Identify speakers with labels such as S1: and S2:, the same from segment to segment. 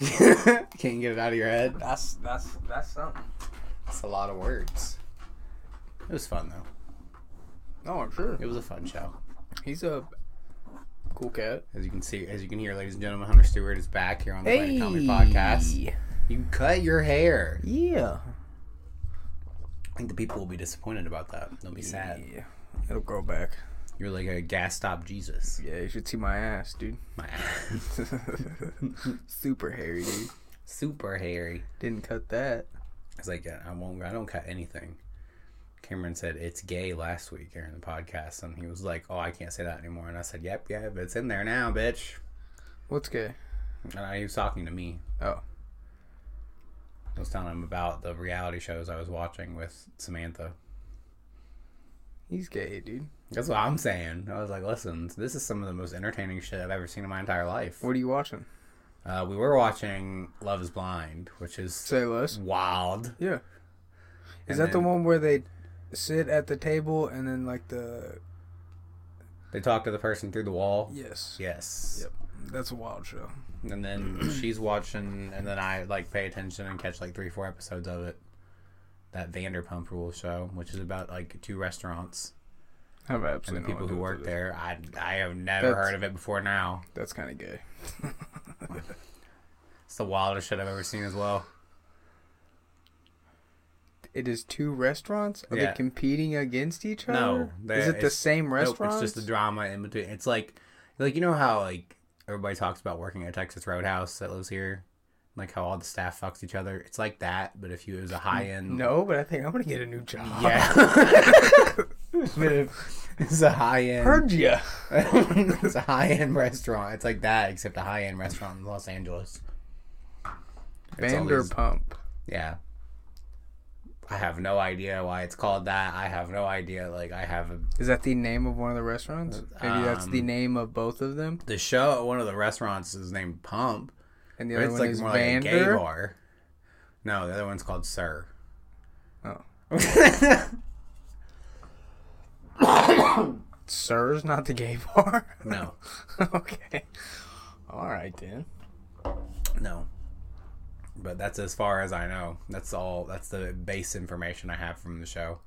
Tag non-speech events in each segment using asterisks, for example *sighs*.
S1: *laughs* out of your head.
S2: That's that's that's something.
S1: That's a lot of words. It was fun though.
S2: No, Oh, I'm sure.
S1: It was a fun show.
S2: He's a cool cat.
S1: As you can see, as you can hear, ladies and gentlemen, Hunter Stewart is back here on the Planet Comedy Podcast. You cut your hair.
S2: Yeah.
S1: I think the people will be disappointed about that. They'll be sad.
S2: Yeah. It'll grow back.
S1: You're like a gas stop Jesus.
S2: Yeah, you should see my ass, dude. *laughs* Super hairy, dude.
S1: *laughs* Super hairy.
S2: Didn't cut that.
S1: It's like uh, I won't. I don't cut anything. Cameron said it's gay last week during the podcast, and he was like, "Oh, I can't say that anymore." And I said, "Yep, yeah, but it's in there now, bitch."
S2: What's gay?
S1: And I, he was talking to me.
S2: Oh.
S1: I was telling him about the reality shows I was watching with Samantha.
S2: He's gay, dude.
S1: That's what I'm saying. I was like, "Listen, this is some of the most entertaining shit I've ever seen in my entire life."
S2: What are you watching?
S1: Uh, we were watching Love Is Blind, which is
S2: Say less.
S1: wild.
S2: Yeah.
S1: And
S2: Is that the
S1: then
S2: one where they sit at the table and then like the
S1: They talk to the person through the wall.
S2: yes.
S1: Yes.
S2: Yep. That's a wild show.
S1: and then she's watching, and then I like pay attention and catch like three, four episodes of it. That Vanderpump Rules show, which is about like two restaurants
S2: I have
S1: and the
S2: absolutely
S1: people who work there. I I have never
S2: That's-
S1: heard of it before now.
S2: That's kind of gay.
S1: It's the wildest shit I've ever seen as well.
S2: It is two restaurants. Are
S1: Yeah.
S2: they competing against each other?
S1: No,
S2: is
S1: they-
S2: it the
S1: it's-
S2: same restaurant?
S1: Nope, it's just the drama in between. It's like like you know how like everybody talks about working at Texas Roadhouse that lives here, like how all the staff fucks each other. It's like that, but if you it was a high end
S2: no, but I think I'm gonna get a new job.
S1: *laughs* Yeah. *laughs*
S2: *laughs*
S1: it's a high end. *laughs*
S2: heard ya.
S1: it's a high end restaurant. It's like that, except a high end restaurant in Los Angeles. It's all these-
S2: Vanderpump.
S1: yeah. I have no idea why it's called that. I have no idea. Like I have a,
S2: Is that the name of one of the restaurants? Maybe that's the
S1: Um,
S2: name of both of them,
S1: the show at one of the restaurants is named Pump,
S2: and the
S1: but
S2: other
S1: it's
S2: one
S1: like
S2: is
S1: more like a gay
S2: Vander.
S1: bar. No, the other one's called Sir.
S2: Oh.
S1: no,
S2: Sir's not the gay bar. *laughs* okay. All right then.
S1: no. But that's as far as I know. That's all. That's the base information I have from the show,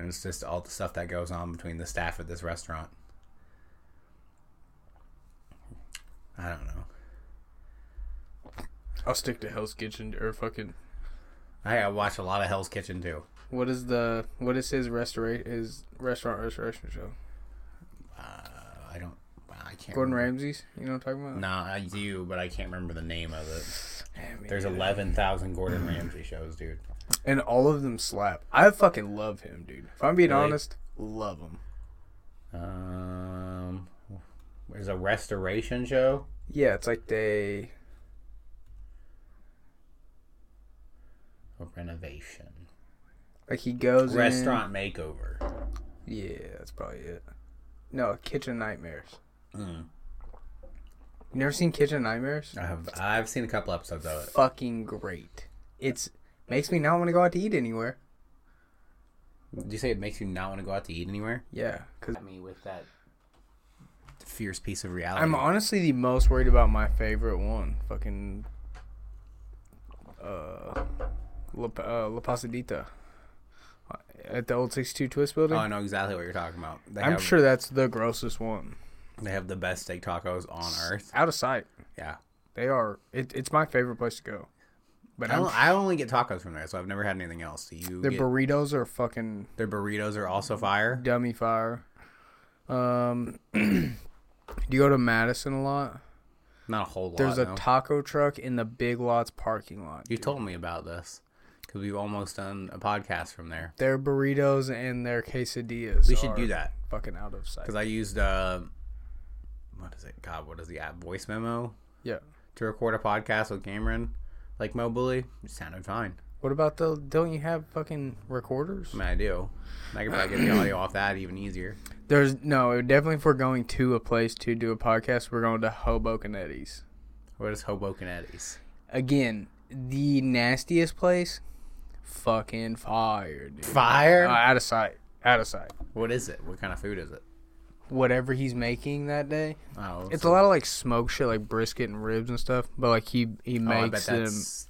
S1: and it's just all the stuff that goes on between the staff at this restaurant. I don't know.
S2: I'll stick to Hell's Kitchen or fucking.
S1: I I watch a lot of Hell's Kitchen too.
S2: What is the what is his restaurant his restaurant restoration show?
S1: Uh, I don't. I can't.
S2: Gordon
S1: remember.
S2: Ramsay's. You know what I'm talking about?
S1: Nah, I do, but I can't remember the name of it.
S2: Yeah, me
S1: There's
S2: neither.
S1: eleven thousand Gordon Ramsay shows, dude.
S2: and all of them slap. I fucking love him, dude. If I'm being
S1: Really?
S2: honest, love him.
S1: Um, there's a restoration show.
S2: Yeah, it's like they
S1: A renovation.
S2: like he goes in-
S1: Restaurant
S2: Mm.
S1: makeover.
S2: Yeah, that's probably it. No, Kitchen Nightmares.
S1: Mm.
S2: You never seen Kitchen Nightmares?
S1: I have I've seen a couple episodes of it.
S2: Fucking great. It's makes me not want to go out to eat anywhere.
S1: Do you say it makes you not want to go out to eat anywhere?
S2: Yeah, cuz
S1: I mean, with that fierce piece of reality. Oh,
S2: I'm honestly the most worried about my favorite one, fucking uh La, uh, La Pasadita at the old 62 Twist
S1: Oh,
S2: building.
S1: I know exactly what you're talking about. They
S2: I'm
S1: have,
S2: sure that's the grossest one.
S1: they have the best steak tacos on earth.
S2: Out of sight.
S1: Yeah,
S2: They are. It, it's my favorite place to go. But
S1: I,
S2: I'm,
S1: don't, I only get tacos from there, so I've never had anything else. Do you?
S2: their
S1: get-
S2: burritos are fucking
S1: their burritos are also fire.
S2: dummy fire. Um, *clears throat* do you go to Madison a lot?
S1: Not a whole lot.
S2: There's a
S1: Oh, no.
S2: taco truck in the Big Lots parking lot.
S1: You told me about this because we've almost done a podcast from there.
S2: Their burritos and their quesadillas.
S1: We should
S2: are
S1: do that
S2: Fucking out of sight.
S1: because I used uh, what is it? God, what is the app? Voice memo
S2: Yeah.
S1: to record a podcast with Cameron, like Mo Bully. It sounded fine.
S2: What about the? Don't you have fucking recorders?
S1: I mean, I do. I could probably get the audio off that even easier.
S2: There's no. Definitely, if we're going to a place to do a podcast, we're going to Hoboken Eddie's.
S1: What is Hoboken Eddie's?
S2: Again, the nastiest place. Fucking fire, dude.
S1: Fire.
S2: Uh, out of sight. Out of sight.
S1: what is it? What kind of food is it?
S2: Whatever he's making that day.
S1: Oh,
S2: It's a
S1: so-
S2: lot of like smoke shit, like brisket and ribs and stuff. But like he he
S1: oh, I bet
S2: makes them.
S1: that's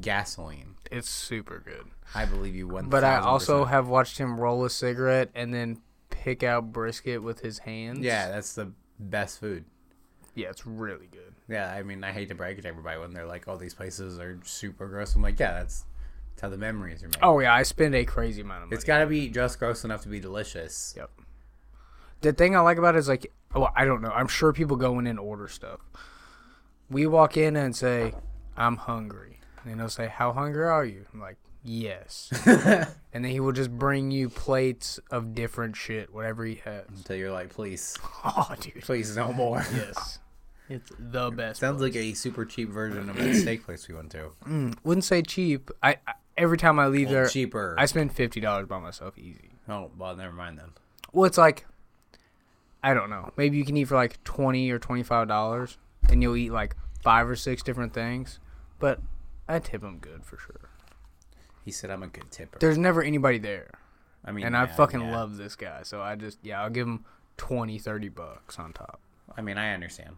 S1: Gasoline.
S2: It's super good.
S1: I believe you one.
S2: But I also have watched him roll a cigarette and then pick out brisket with his hands.
S1: Yeah, that's the best food.
S2: Yeah, it's really good.
S1: Yeah, I mean, I hate to break it to everybody when they're like, "Oh, these places are super gross." I'm like, yeah, that's, that's how the memories are made.
S2: Oh yeah, I spend a crazy amount of money.
S1: It's got to be just gross enough to be delicious.
S2: Yep. The thing I like about it is like, well, I don't know. I'm sure people go in and order stuff. We walk in and say, "I'm hungry," and they'll say, "How hungry are you?" I'm like, *laughs* "Yes," and then he will just bring you plates of different shit, whatever he has.
S1: Until you're like, please,
S2: *laughs* Oh, dude.
S1: please, no
S2: *laughs*
S1: more.
S2: Yes. It's the best.
S1: Sounds like a super cheap version of that steak place we went to.
S2: Wouldn't say cheap. I, I every time I leave there,
S1: Cheaper.
S2: I spend fifty dollars by myself easy.
S1: oh, well, never mind then.
S2: Well, it's like, I don't know. Maybe you can eat for like twenty or twenty five dollars, and you'll eat like five or six different things. But I tip them good for sure.
S1: He said I'm a good tipper.
S2: There's never anybody there,
S1: I mean,
S2: and I
S1: yeah,
S2: fucking
S1: yeah.
S2: love this guy. So I just yeah, I'll give him 20, 30 bucks on top.
S1: I mean, I understand.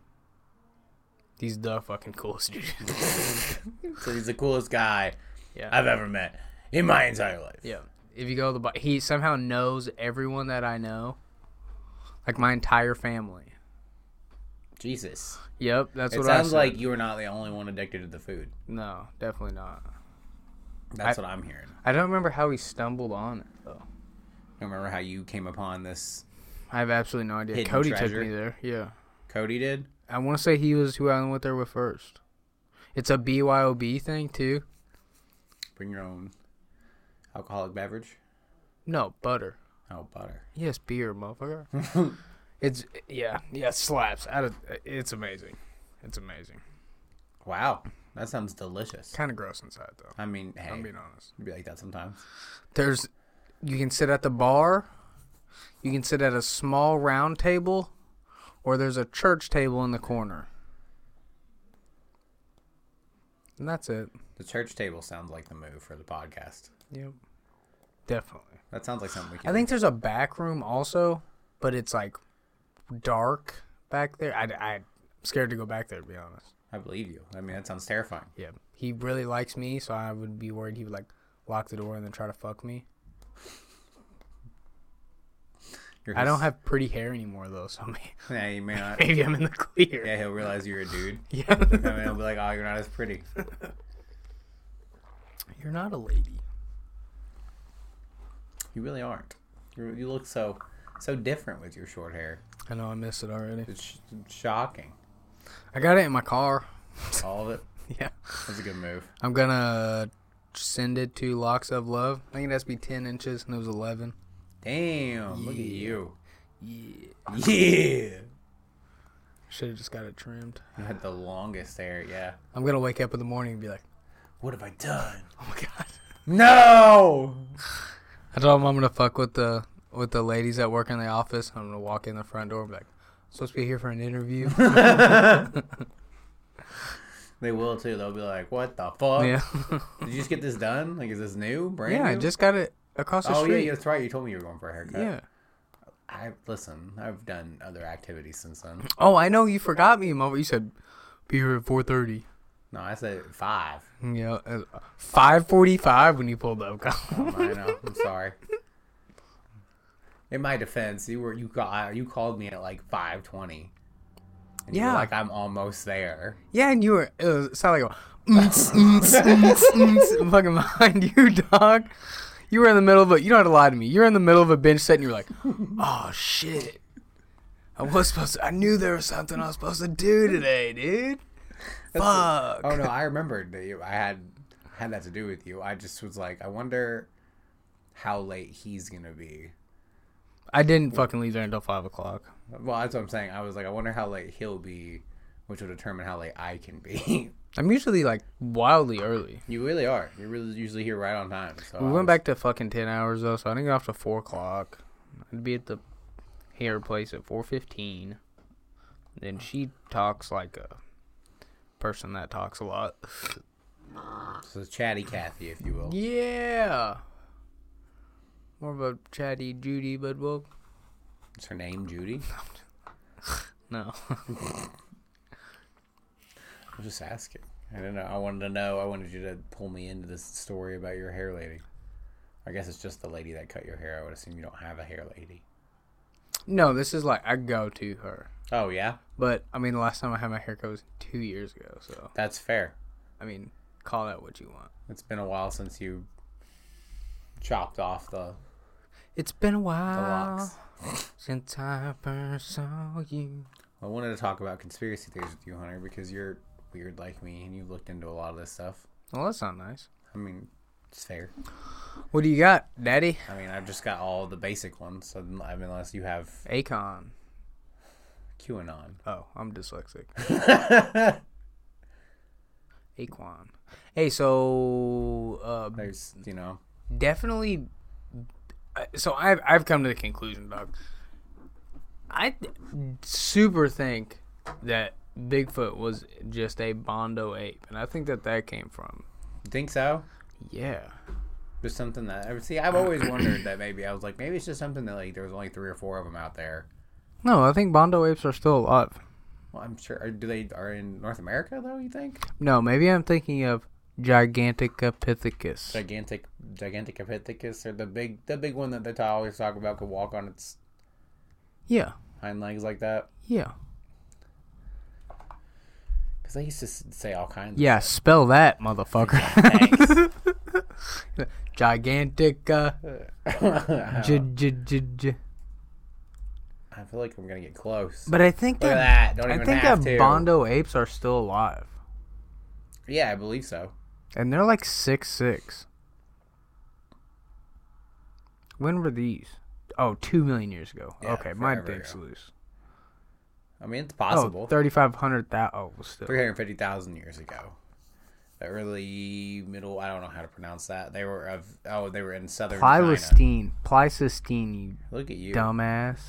S2: He's the fucking coolest *laughs* dude.
S1: So he's the coolest guy
S2: yeah.
S1: I've ever met in my entire life.
S2: Yeah. If you go to the bar, he somehow knows everyone that I know, like my entire family.
S1: Jesus.
S2: Yep, that's
S1: It
S2: what
S1: sounds
S2: I said.
S1: like you are not the only one addicted to the food.
S2: No, definitely not.
S1: That's what I'm hearing.
S2: I don't remember how he stumbled on it though.
S1: I remember how you came upon this.
S2: I have absolutely no idea.
S1: Hidden
S2: Cody
S1: treasure.
S2: took me there. Yeah,
S1: Cody did.
S2: I want to say he was who I went there with first. It's a BYOB thing too.
S1: Bring your own alcoholic beverage.
S2: No butter.
S1: Oh, butter.
S2: Yes, beer, motherfucker.
S1: *laughs*
S2: it's yeah, yeah, it slaps. I don't- it's amazing. It's amazing.
S1: Wow, that sounds delicious.
S2: Kind of gross inside though.
S1: I mean, hey,
S2: I'm being honest.
S1: it'd be like that sometimes.
S2: there's you can sit at the bar you can sit at a small round table or there's a church table in the corner and that's it
S1: The church table sounds like the move for the podcast.
S2: yep definitely
S1: That sounds like something we can.
S2: i think there's a back room also but it's like dark back there I, I, am scared to go back there to be honest
S1: I believe you. I mean, that sounds terrifying.
S2: yeah he really likes me so i would be worried he would like lock the door and then try to fuck me
S1: You're
S2: i don't
S1: his-
S2: have pretty hair anymore though so *laughs* may-
S1: *laughs* Yeah, you may
S2: *laughs*
S1: not.
S2: maybe i'm in the clear
S1: Yeah, he'll realize you're a dude.
S2: *laughs* yeah.
S1: I mean, he'll be like, "Oh, you're not as pretty."
S2: You're not a lady.
S1: You really aren't. you you look so so different with your short hair.
S2: I know I missed it already.
S1: It's sh- shocking.
S2: I got it in my car. *laughs*
S1: All of it.
S2: Yeah.
S1: That's a good move.
S2: I'm gonna send it to Locks of Love. I think it has to be ten inches and it was eleven.
S1: Damn. Look at
S2: Yeah.
S1: you.
S2: Yeah.
S1: Yeah.
S2: Should have just got it trimmed.
S1: You had the longest hair. Yeah.
S2: I'm gonna wake up in the morning and be like,
S1: What have I done?
S2: Oh my god.
S1: No.
S2: I told him I'm gonna fuck with the with the ladies that work in the office. I'm gonna walk in the front door and be like, supposed to be here for an *laughs* interview.
S1: They will too. They'll be like, "What the fuck?
S2: yeah.
S1: Did you just get this done? Like, is this new? Brand
S2: yeah, I
S1: new?"
S2: just got it across the
S1: Oh yeah,
S2: street.
S1: yeah, that's right. You told me you were going for a haircut.
S2: yeah.
S1: I listen. I've done other activities since then.
S2: Oh, I know you forgot me, Mo. You said be here at four thirty.
S1: No, I said five.
S2: Yeah, uh, five forty-five when you pulled up. *laughs*
S1: I know. I'm sorry. In my defense, you were you call, you called me at like five twenty.
S2: Yeah.
S1: like I'm almost there.
S2: yeah, and you were. It, was, it sounded like a "Mm-ts, mm-ts, mm-ts, mm-ts," *laughs* fucking behind you, dog. You were in the middle of a. You don't have to lie to me. You're in the middle of a bench set, and you're like, "Oh shit, I was supposed. To, I knew there was something I was supposed to do today, dude. Fuck.
S1: Oh no, I remembered that you, I had had that to do with you. I just was like, I wonder how late he's gonna be.
S2: I didn't fucking leave there until five o'clock.
S1: Well, that's what I'm saying. I was like, I wonder how late he'll be, which will determine how late I can be. *laughs*
S2: I'm usually like wildly early.
S1: you really are. You're really usually here right on time. So
S2: We
S1: I was-
S2: went back to fucking ten hours though, so I didn't get off to four o'clock. I'd be at the hair place at four fifteen. Then she talks like a person that talks a lot.
S1: So chatty Cathy, if you will.
S2: Yeah. More of a chatty Judy, but well,
S1: Is her name Judy?
S2: no. *laughs*
S1: I'm just asking. I don't know. I wanted to know. I wanted you to pull me into this story about your hair lady. I guess it's just the lady that cut your hair. I would assume you don't have a hair lady.
S2: No, this is like I go to her.
S1: Oh yeah,
S2: But I mean, the last time I had my haircut was two years ago. So
S1: that's fair.
S2: I mean, call that what you want.
S1: It's been a while since you chopped off the,
S2: It's been a
S1: the
S2: while
S1: locks.
S2: since I first saw you.
S1: I wanted to talk about conspiracy theories with you, Hunter, because you're weird like me and you've looked into a lot of this stuff.
S2: Well, that's not nice.
S1: I mean, it's fair.
S2: What do you got, Daddy?
S1: I mean, I've just got all the basic ones. So, I mean, unless you have
S2: Akon.
S1: QAnon.
S2: Oh, I'm dyslexic. *laughs* Aquan. Hey, so uh,
S1: There's, you know,
S2: definitely. uh, So I've I've come to the conclusion, dog. I th- super think that Bigfoot was just a bondo ape, and I think that that came from
S1: you think so?
S2: yeah.
S1: There's something that I see. I've always wondered that maybe I was like, maybe it's just something that like there was only three or four of them out there.
S2: No, I think bondo apes are still alive.
S1: Well, I'm sure. Are, do they are in North America though? You think?
S2: No, maybe I'm thinking of Giganticopithecus.
S1: Gigantic, gigantic Epithecus or the big, the big one that they always talk about could walk on its
S2: Yeah,
S1: hind legs like that.
S2: yeah,
S1: Because they used to s- say all kinds.
S2: yeah. Spell that, motherfucker.
S1: Thanks.
S2: *laughs* Gigantic. Uh,
S1: of
S2: j- j- j- j-
S1: I feel like I'm gonna get close.
S2: But I think
S1: Look at
S2: that,
S1: that! Don't
S2: I
S1: even
S2: think
S1: have
S2: that
S1: to.
S2: bondo apes are still alive,
S1: yeah, I believe so.
S2: and they're like six six. When were these? Oh, two million years ago.
S1: Yeah,
S2: okay, my
S1: forever
S2: dick's
S1: ago.
S2: loose.
S1: I mean, it's
S2: Oh,
S1: possible.
S2: 3,500 that. Oh, well, still.
S1: Three hundred fifty thousand years ago, the early middle. I don't know how to pronounce that. They were of. Oh, they were in southern China.
S2: Pleistocene. Pleistocene, you
S1: Look at you,
S2: dumbass.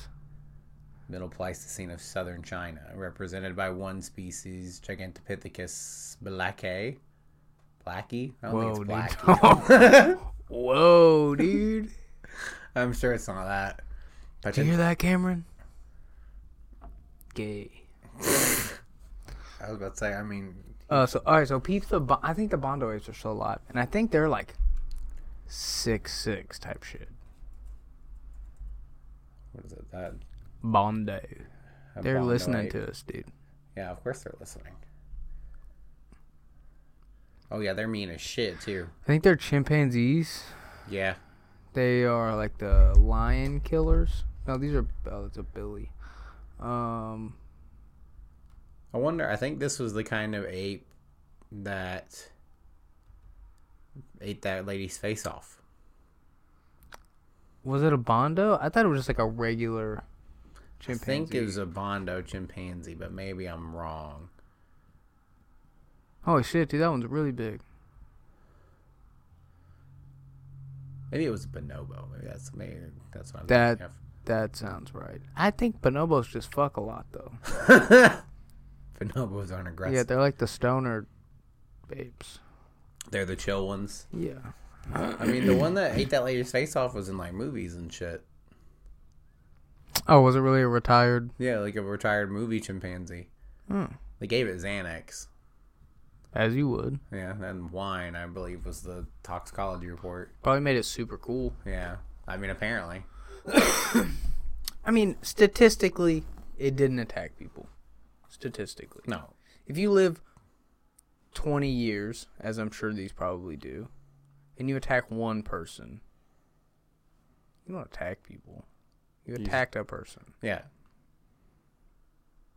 S1: middle Pleistocene of southern China, represented by one species, Gigantopithecus blackae. Blackie? I don't
S2: Whoa,
S1: think
S2: dude.
S1: it's blackie.
S2: *laughs* Whoa, dude.
S1: I'm sure it's not that. But
S2: Do you hear that, Cameron? Gay.
S1: I was about to say. I mean,
S2: Uh, so all right, so peeps, the bo- I think the Bondo apes are still alive, and I think they're like six six type shit.
S1: what is it? That
S2: Bondo,
S1: a
S2: they're
S1: Bondo
S2: listening
S1: ape.
S2: to us, dude.
S1: Yeah, of course they're listening. Oh yeah, they're mean as shit too.
S2: I think they're chimpanzees.
S1: Yeah,
S2: They are like the lion killers. No, these are oh, it's a Billy. Um,
S1: I wonder. I think this was the kind of ape that ate that lady's face off.
S2: was it a Bondo? I thought it was just like a regular
S1: I think
S2: chimpanzee.
S1: it was a bondo chimpanzee, but maybe I'm wrong.
S2: Holy shit, dude, that one's really big.
S1: Maybe it was a bonobo. Maybe that's maybe that's what I'm
S2: That-
S1: thinking
S2: That sounds right. I think bonobos just fuck a lot though.
S1: of. Bonobos aren't aggressive.
S2: Yeah, they're like the stoner apes.
S1: they're the chill ones.
S2: Yeah.
S1: I mean, the one that ate that lady's face off was in like movies and shit.
S2: Oh, was it really a retired?
S1: Yeah, like a retired movie chimpanzee.
S2: Hmm.
S1: They gave it Xanax.
S2: As you would.
S1: Yeah, and wine, I believe, was the toxicology report.
S2: Probably made it super cool.
S1: Yeah, I mean, apparently.
S2: I mean, statistically, it didn't attack people. Statistically.
S1: No,
S2: If you live 20 years, as I'm sure these probably do, and you attack one person, you don't attack people. You
S1: You-
S2: attacked a person.
S1: yeah,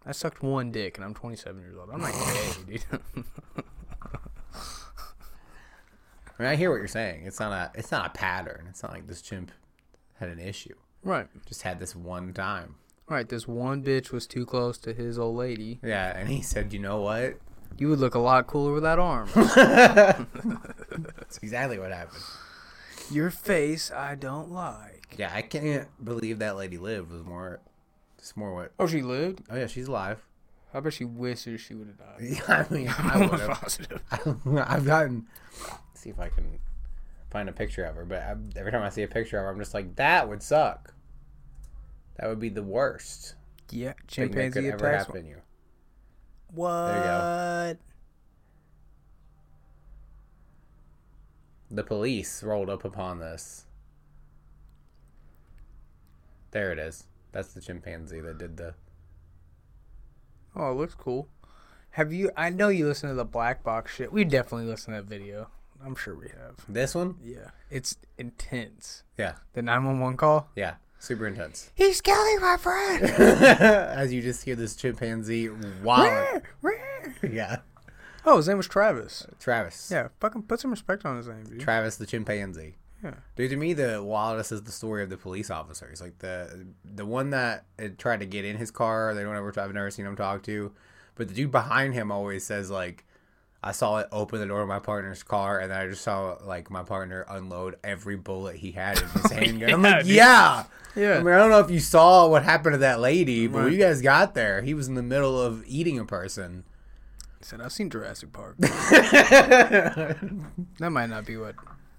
S2: I sucked one dick and I'm 27 years old. I'm not gay, dude. *laughs*
S1: I mean, I hear what you're saying. It's not a, it's not a pattern. It's not like this chimp had an issue.
S2: right.
S1: Just had this one time.
S2: Right. This one bitch was too close to his old lady.
S1: Yeah, and he said, you know what?
S2: You would look a lot cooler with that *laughs* arm.
S1: That's exactly what happened.
S2: Your face, I don't like.
S1: Yeah, I can't believe that lady lived. Was more, it's more what?
S2: Oh, she lived?
S1: Oh yeah, she's alive. *laughs*
S2: I bet she wishes she would have *laughs* died.
S1: Yeah, I mean, I would have.
S2: positive.
S1: *laughs* I've gotten. see if I can find a picture of her, but I, every time I see a picture of her, I'm just like, that would suck. That would be the worst
S2: *laughs* Yeah,
S1: thing that
S2: chimpanzee
S1: could ever
S2: attacks.
S1: happen to you.
S2: What?
S1: you go. The police rolled up upon this. There it is. That's the chimpanzee that did the.
S2: Oh, it looks cool. Have you? I know you listen to the black box shit. We definitely listen to that video. I'm sure we have.
S1: This one?
S2: Yeah, it's intense.
S1: Yeah.
S2: The 911 call.
S1: Yeah. Super intense. *laughs*
S2: He's killing my friend. *laughs*
S1: As you just hear this chimpanzee wow. *laughs* yeah.
S2: oh, his name was Travis.
S1: Travis.
S2: Yeah, fucking put some respect on his name, dude.
S1: Travis the chimpanzee.
S2: Mm-hmm. Yeah.
S1: Dude, to me, the wildest is the story of the police officers. Like the the one that had tried to get in his car. They don't ever. I've never seen him talk to, but the dude behind him always says like, "I saw it open the door of my partner's car, and then I just saw like my partner unload every bullet he had
S2: *laughs*
S1: in his handgun." I'm
S2: Oh, yeah,
S1: like,
S2: dude.
S1: "Yeah." I
S2: yeah.
S1: mean, I don't know if you saw what happened to that lady, but when
S2: Right.
S1: you guys got there, he was in the middle of eating a person.
S2: He said I've seen Jurassic *laughs* Park. that might not be what.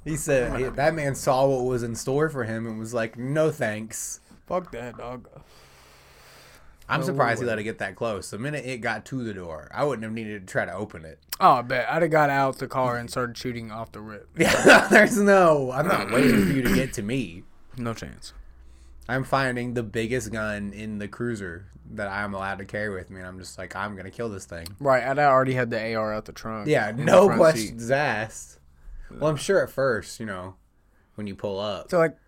S1: He
S2: Oh,
S1: said he- that man saw what was in store for him and was like, "No thanks."
S2: Fuck that dog.
S1: I'm
S2: No
S1: surprised he
S2: way.
S1: let it get that close. The minute it got to the door, I wouldn't have needed to try to open it.
S2: Oh, I bet I'd have got out the car and started shooting off the rip.
S1: *laughs* Yeah, *laughs* there's no. I'm not waiting for you to get to me.
S2: No chance.
S1: I'm finding the biggest gun in the cruiser that I'm allowed to carry with me, and I'm just like, I'm gonna kill this thing.
S2: Right, and I already had the AR out the trunk.
S1: Yeah,
S2: in the
S1: no
S2: front seat.
S1: questions asked. Well, I'm sure at first, you know, when you pull up.
S2: So like,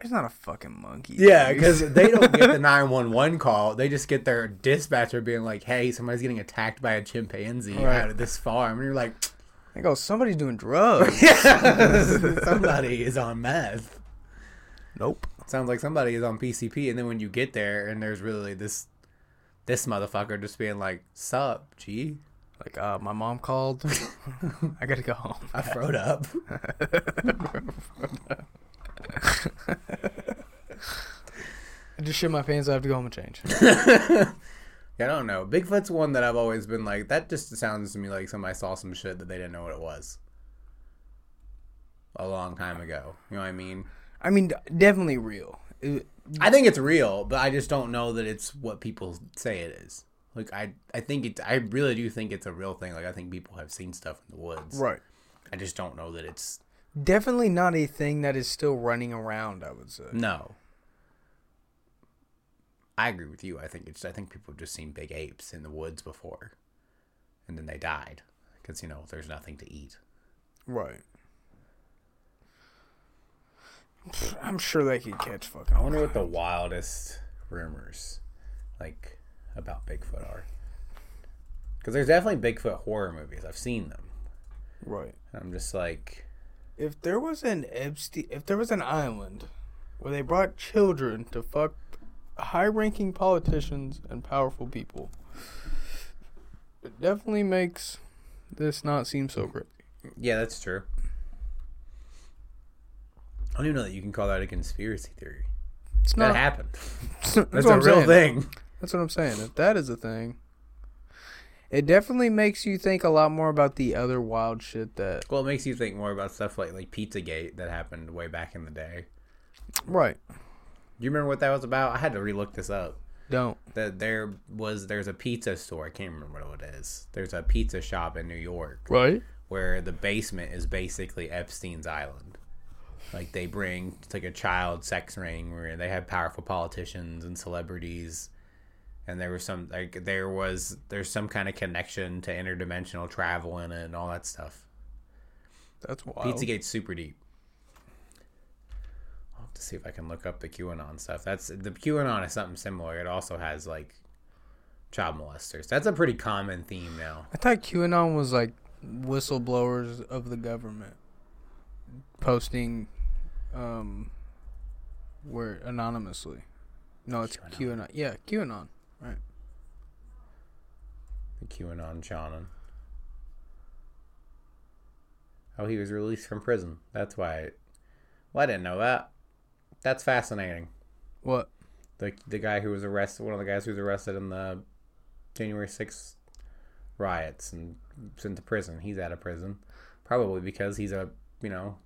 S2: it's not a fucking monkey.
S1: Yeah,
S2: dude.
S1: because they don't get *laughs* the 911 call. They just get their dispatcher being like, hey, somebody's getting attacked by a chimpanzee
S2: Right.
S1: out of this farm. And you're like,
S2: they go, somebody's doing drugs.
S1: *laughs* somebody is on meth.
S2: *laughs* nope.
S1: Sounds like somebody is on PCP. And then when you get there and there's really this this motherfucker just being like, sup, G?
S2: Like, uh, my mom called. *laughs* I gotta go home.
S1: I throwed up. *laughs*
S2: I just shit my pants. I have to go home and *laughs* change.
S1: I don't know. Bigfoot's one that I've always been like, that just sounds to me like somebody saw some shit that they didn't know what it was. A long time ago. You know what I mean?
S2: I mean, definitely real. It-
S1: I think it's real, but I just don't know that it's what people say it is. Like I, I think it. I really do think it's a real thing. Like I think people have seen stuff in the woods.
S2: right.
S1: I just don't know that it's
S2: Definitely not a thing that is still running around. I would say.
S1: no. I agree with you. I think it's. I think people have just seen big apes in the woods before, and then they died because you know there's nothing to eat.
S2: Right. I'm sure they could catch fucking.
S1: I wonder what the wildest rumors, like about Bigfoot, are. Because there's definitely Bigfoot horror movies. I've seen them.
S2: Right.
S1: And I'm just like,
S2: If there was an Epstein, if there was an island where they brought children to fuck high-ranking politicians and powerful people, it definitely makes this not seem so great.
S1: Yeah, that's true. I don't even know that you can call that a conspiracy theory.
S2: It's
S1: That
S2: not.
S1: happened.
S2: *laughs* that's
S1: That's
S2: what
S1: a
S2: I'm
S1: real
S2: saying.
S1: thing.
S2: That's what I'm saying. If that is a thing, it definitely makes you think a lot more about the other wild shit that.
S1: Well, it makes you think more about stuff like like Pizzagate that happened way back in the day.
S2: Right.
S1: You remember what that was about? I had to relook this up.
S2: Don't.
S1: That there was there's a pizza store. I can't remember what it is. There's a pizza shop in New York
S2: Right.
S1: where the basement is basically Epstein's Island. Like they bring it's like a child sex ring where they have powerful politicians and celebrities and there was some like there was there's some kind of connection to interdimensional travel in it and all that stuff.
S2: That's wild.
S1: Pizzagate's super deep. I'll have to see if I can look up the QAnon stuff. That's the QAnon is something similar. It also has like child molesters. That's a pretty common theme now.
S2: I thought QAnon was like whistleblowers of the government posting um where anonymously. No, it's QAnon. Yeah, QAnon. Right.
S1: The QAnon Shannon. Oh, he was released from prison. That's why. It, well, I didn't know that. That's fascinating.
S2: What?
S1: The the guy who was arrested, one of the guys who was arrested in the January 6th riots and sent to prison. He's out of prison, probably because he's a you know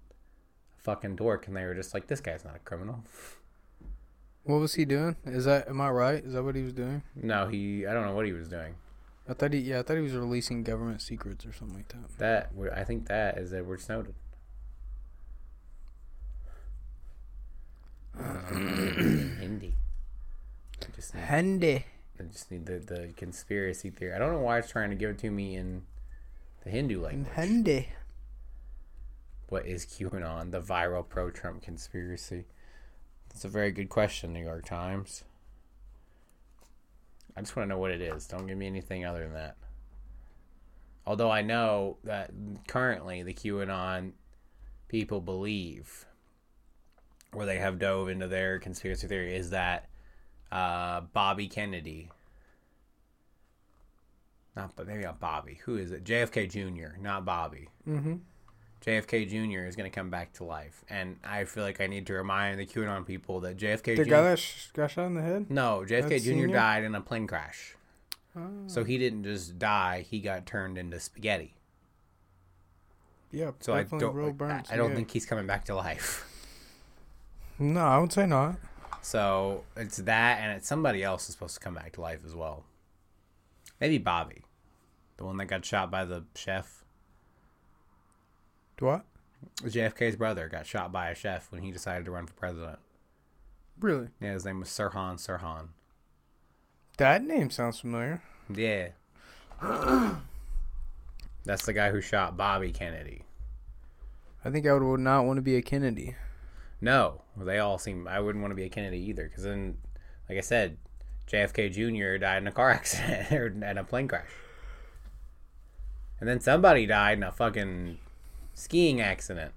S1: fucking dork, and they were just like, this guy's not a criminal.
S2: What was he doing? Is that am I right? Is that what he was doing?
S1: No, he. I don't know what he was doing.
S2: I thought he yeah, I thought he was releasing government secrets or something like that.
S1: That I think that is Edward Snowden. *coughs* Hindi. I just need,
S2: Handy.
S1: I just need the, the conspiracy theory. I don't know why it's trying to give it to me in the Hindu language.
S2: Handy.
S1: What is QAnon? The viral pro Trump conspiracy? That's a very good question, New York Times. I just want to know what it is. Don't give me anything other than that. Although I know that currently the QAnon people believe, where they have dove into their conspiracy theory, is that uh, Bobby Kennedy. Not, but maybe not Bobby. Who is it? JFK Jr., not Bobby. JFK Jr. is going to come back to life. And I feel like I need to remind the QAnon people that JFK
S2: The
S1: Jr.
S2: guy that sh- got shot in the head?
S1: No, JFK Jr.
S2: That's senior?
S1: died in a plane crash. So he didn't just die, he got turned into spaghetti.
S2: Yeah,
S1: So I don't
S2: Roe
S1: like, I-
S2: Burns,
S1: I don't
S2: yeah.
S1: think he's coming back to life. *laughs*
S2: No, I would say not.
S1: So it's that and it's somebody else is supposed to come back to life as well. Maybe Bobby. The one that got shot by the chef.
S2: What?
S1: JFK's brother got shot by a chef when he decided to run for president.
S2: Really?
S1: Yeah, his name was Sirhan Sirhan.
S2: That name sounds familiar.
S1: Yeah. *clears throat* That's the guy who shot Bobby Kennedy.
S2: I think I would, would not want to be a Kennedy.
S1: No, they all seem. I wouldn't want to be a Kennedy either, because then, like I said, JFK Jr. died in a car *laughs* accident or in a plane crash, and then somebody died in a fucking skiing accident.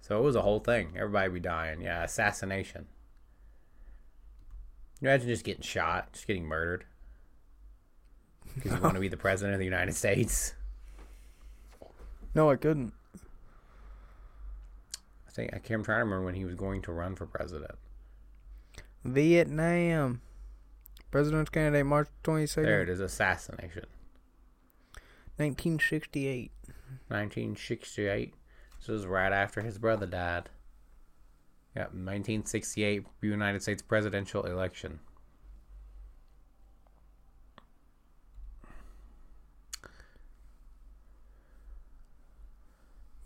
S1: So it was a whole thing. Everybody be dying. Yeah, assassination. Can you Imagine just getting shot, just getting murdered. Because you want to be the president of the United States.
S2: No, I couldn't.
S1: I think I can't I'm trying to remember when he was going to run for president.
S2: Vietnam. President's candidate, March 22nd,
S1: There it is, assassination.
S2: 1968.
S1: 1968. This was right after his brother died. Yep, 1968 United States presidential election.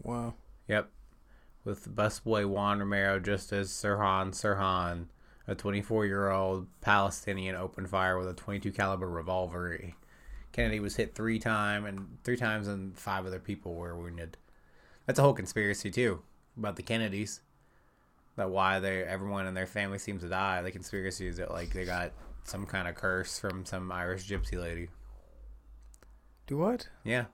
S2: Wow.
S1: Yep. With busboy Juan Romero just as Sirhan Sirhan, a 24-year-old Palestinian, opened fire with a 22 caliber revolver. Kennedy was hit three time and three times, and five other people were wounded. That's a whole conspiracy too about the Kennedys. That why they everyone in their family seems to die. The conspiracy is that like they got some kind of curse from some Irish gypsy lady.
S2: Do what?
S1: Yeah.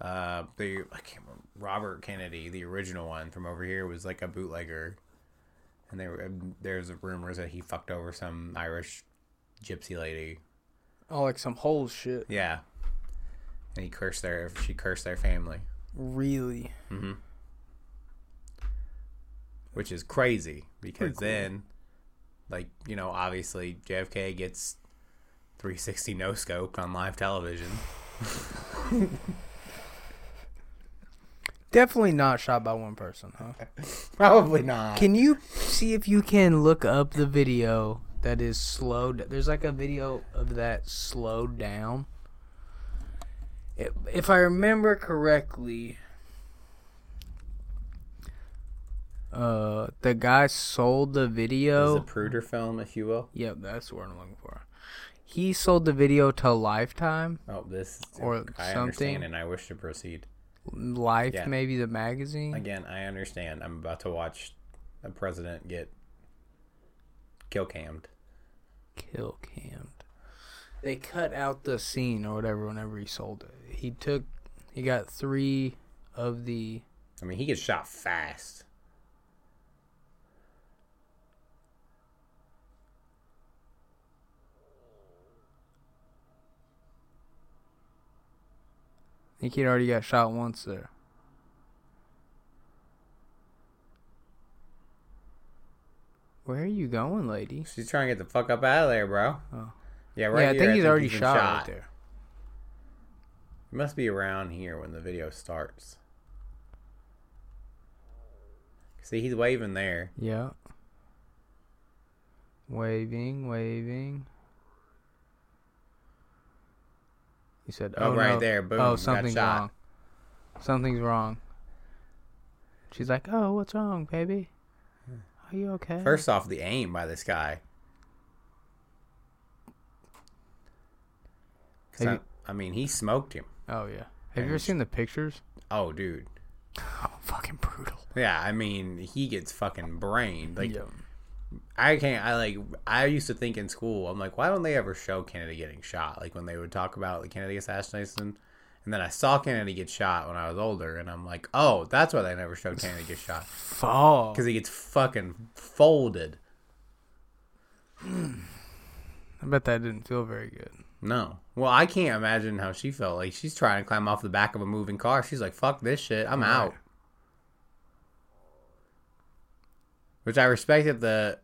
S1: Uh, the I can't remember, Robert Kennedy, the original one from over here, was like a bootlegger, and there were- there's rumors that he fucked over some Irish gypsy lady.
S2: Oh, like some whole shit.
S1: Yeah, and he cursed their she cursed their family,
S2: Really?
S1: which is crazy because then, like you know, obviously JFK gets 360 no scoped on live television.
S2: Definitely not shot by one person, huh?
S1: Probably not.
S2: Can you see if you can look up the video that is slowed? There's like a video of that slowed down. If, if I remember correctly, uh, the guy sold the video.
S1: It's a Pruder film, if you will.
S2: Yep, that's the word I'm looking for. He sold the video to Lifetime,
S1: Oh, this
S2: Or
S1: I
S2: something.
S1: understand, and I wish to proceed.
S2: Life
S1: Yeah.
S2: maybe the magazine.
S1: Again, I understand. I'm about to watch a president get kill cammed.
S2: kill cammed. They cut out the scene or whatever whenever he sold it. He took, he got three of the.
S1: I mean, he gets shot fast.
S2: I think he'd already got shot once there. Where are you going, lady?
S1: She's trying to get the fuck up out of there, bro.
S2: Oh.
S1: Yeah, right.
S2: yeah, I
S1: here,
S2: think he's already
S1: been
S2: shot, right there.
S1: It must be around here when the video starts. See, he's waving there.
S2: Yeah. Waving, waving. You said,
S1: Oh,
S2: "Oh,
S1: right
S2: no.
S1: there, boom,
S2: Oh,
S1: got
S2: something
S1: shot.
S2: wrong. something's wrong. She's like, oh, what's wrong, baby? Are you okay?
S1: First off, the aim by this guy. 'Cause
S2: Have you-
S1: I, I mean, he smoked him.
S2: oh yeah. Have you ever seen the pictures? *laughs*
S1: Oh, dude.
S2: Oh, fucking brutal.
S1: Yeah, I mean, he gets fucking brained. Like,
S2: Yeah.
S1: I can't. I like. I used to think in school, I'm like, why don't they ever show Kennedy getting shot? Like when they would talk about like Kennedy assassination, and then I saw Kennedy get shot when I was older, and I'm like, oh, that's why they never showed Kennedy get shot
S2: Fall.
S1: because he gets fucking folded.
S2: I bet that didn't feel very good.
S1: No. Well, I can't imagine how she felt. Like she's trying to climb off the back of a moving car. She's like, "Fuck this shit. I'm out." Which I respect that the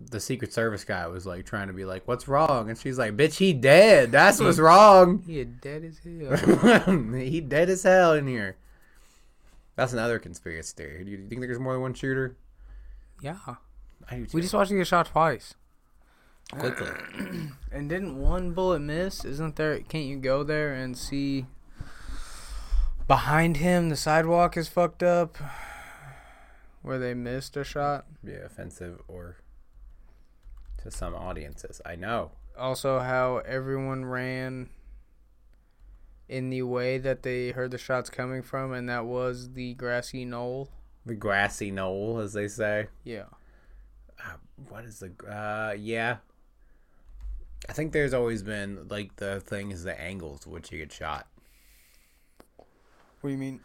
S1: the Secret Service guy was like trying to be like, "What's wrong?" And she's like, "Bitch, he dead. That's *laughs* what's wrong.
S2: He dead as hell.
S1: he dead as hell in here." That's another conspiracy theory. Do you think there's more than one shooter?
S2: *laughs* yeah.
S1: I do too.
S2: We just watched him get shot twice.
S1: quickly.
S2: And didn't one bullet miss? Isn't there? Can't you go there and see behind him the sidewalk is fucked up where they missed a shot?
S1: Be offensive or to some audiences. I know.
S2: Also, how everyone ran in the way that they heard the shots coming from, and that was the grassy knoll.
S1: the grassy knoll, as they say.
S2: Yeah.
S1: What is the uh yeah? I think there's always been like the thing is the angles which you get shot.
S2: What do you mean?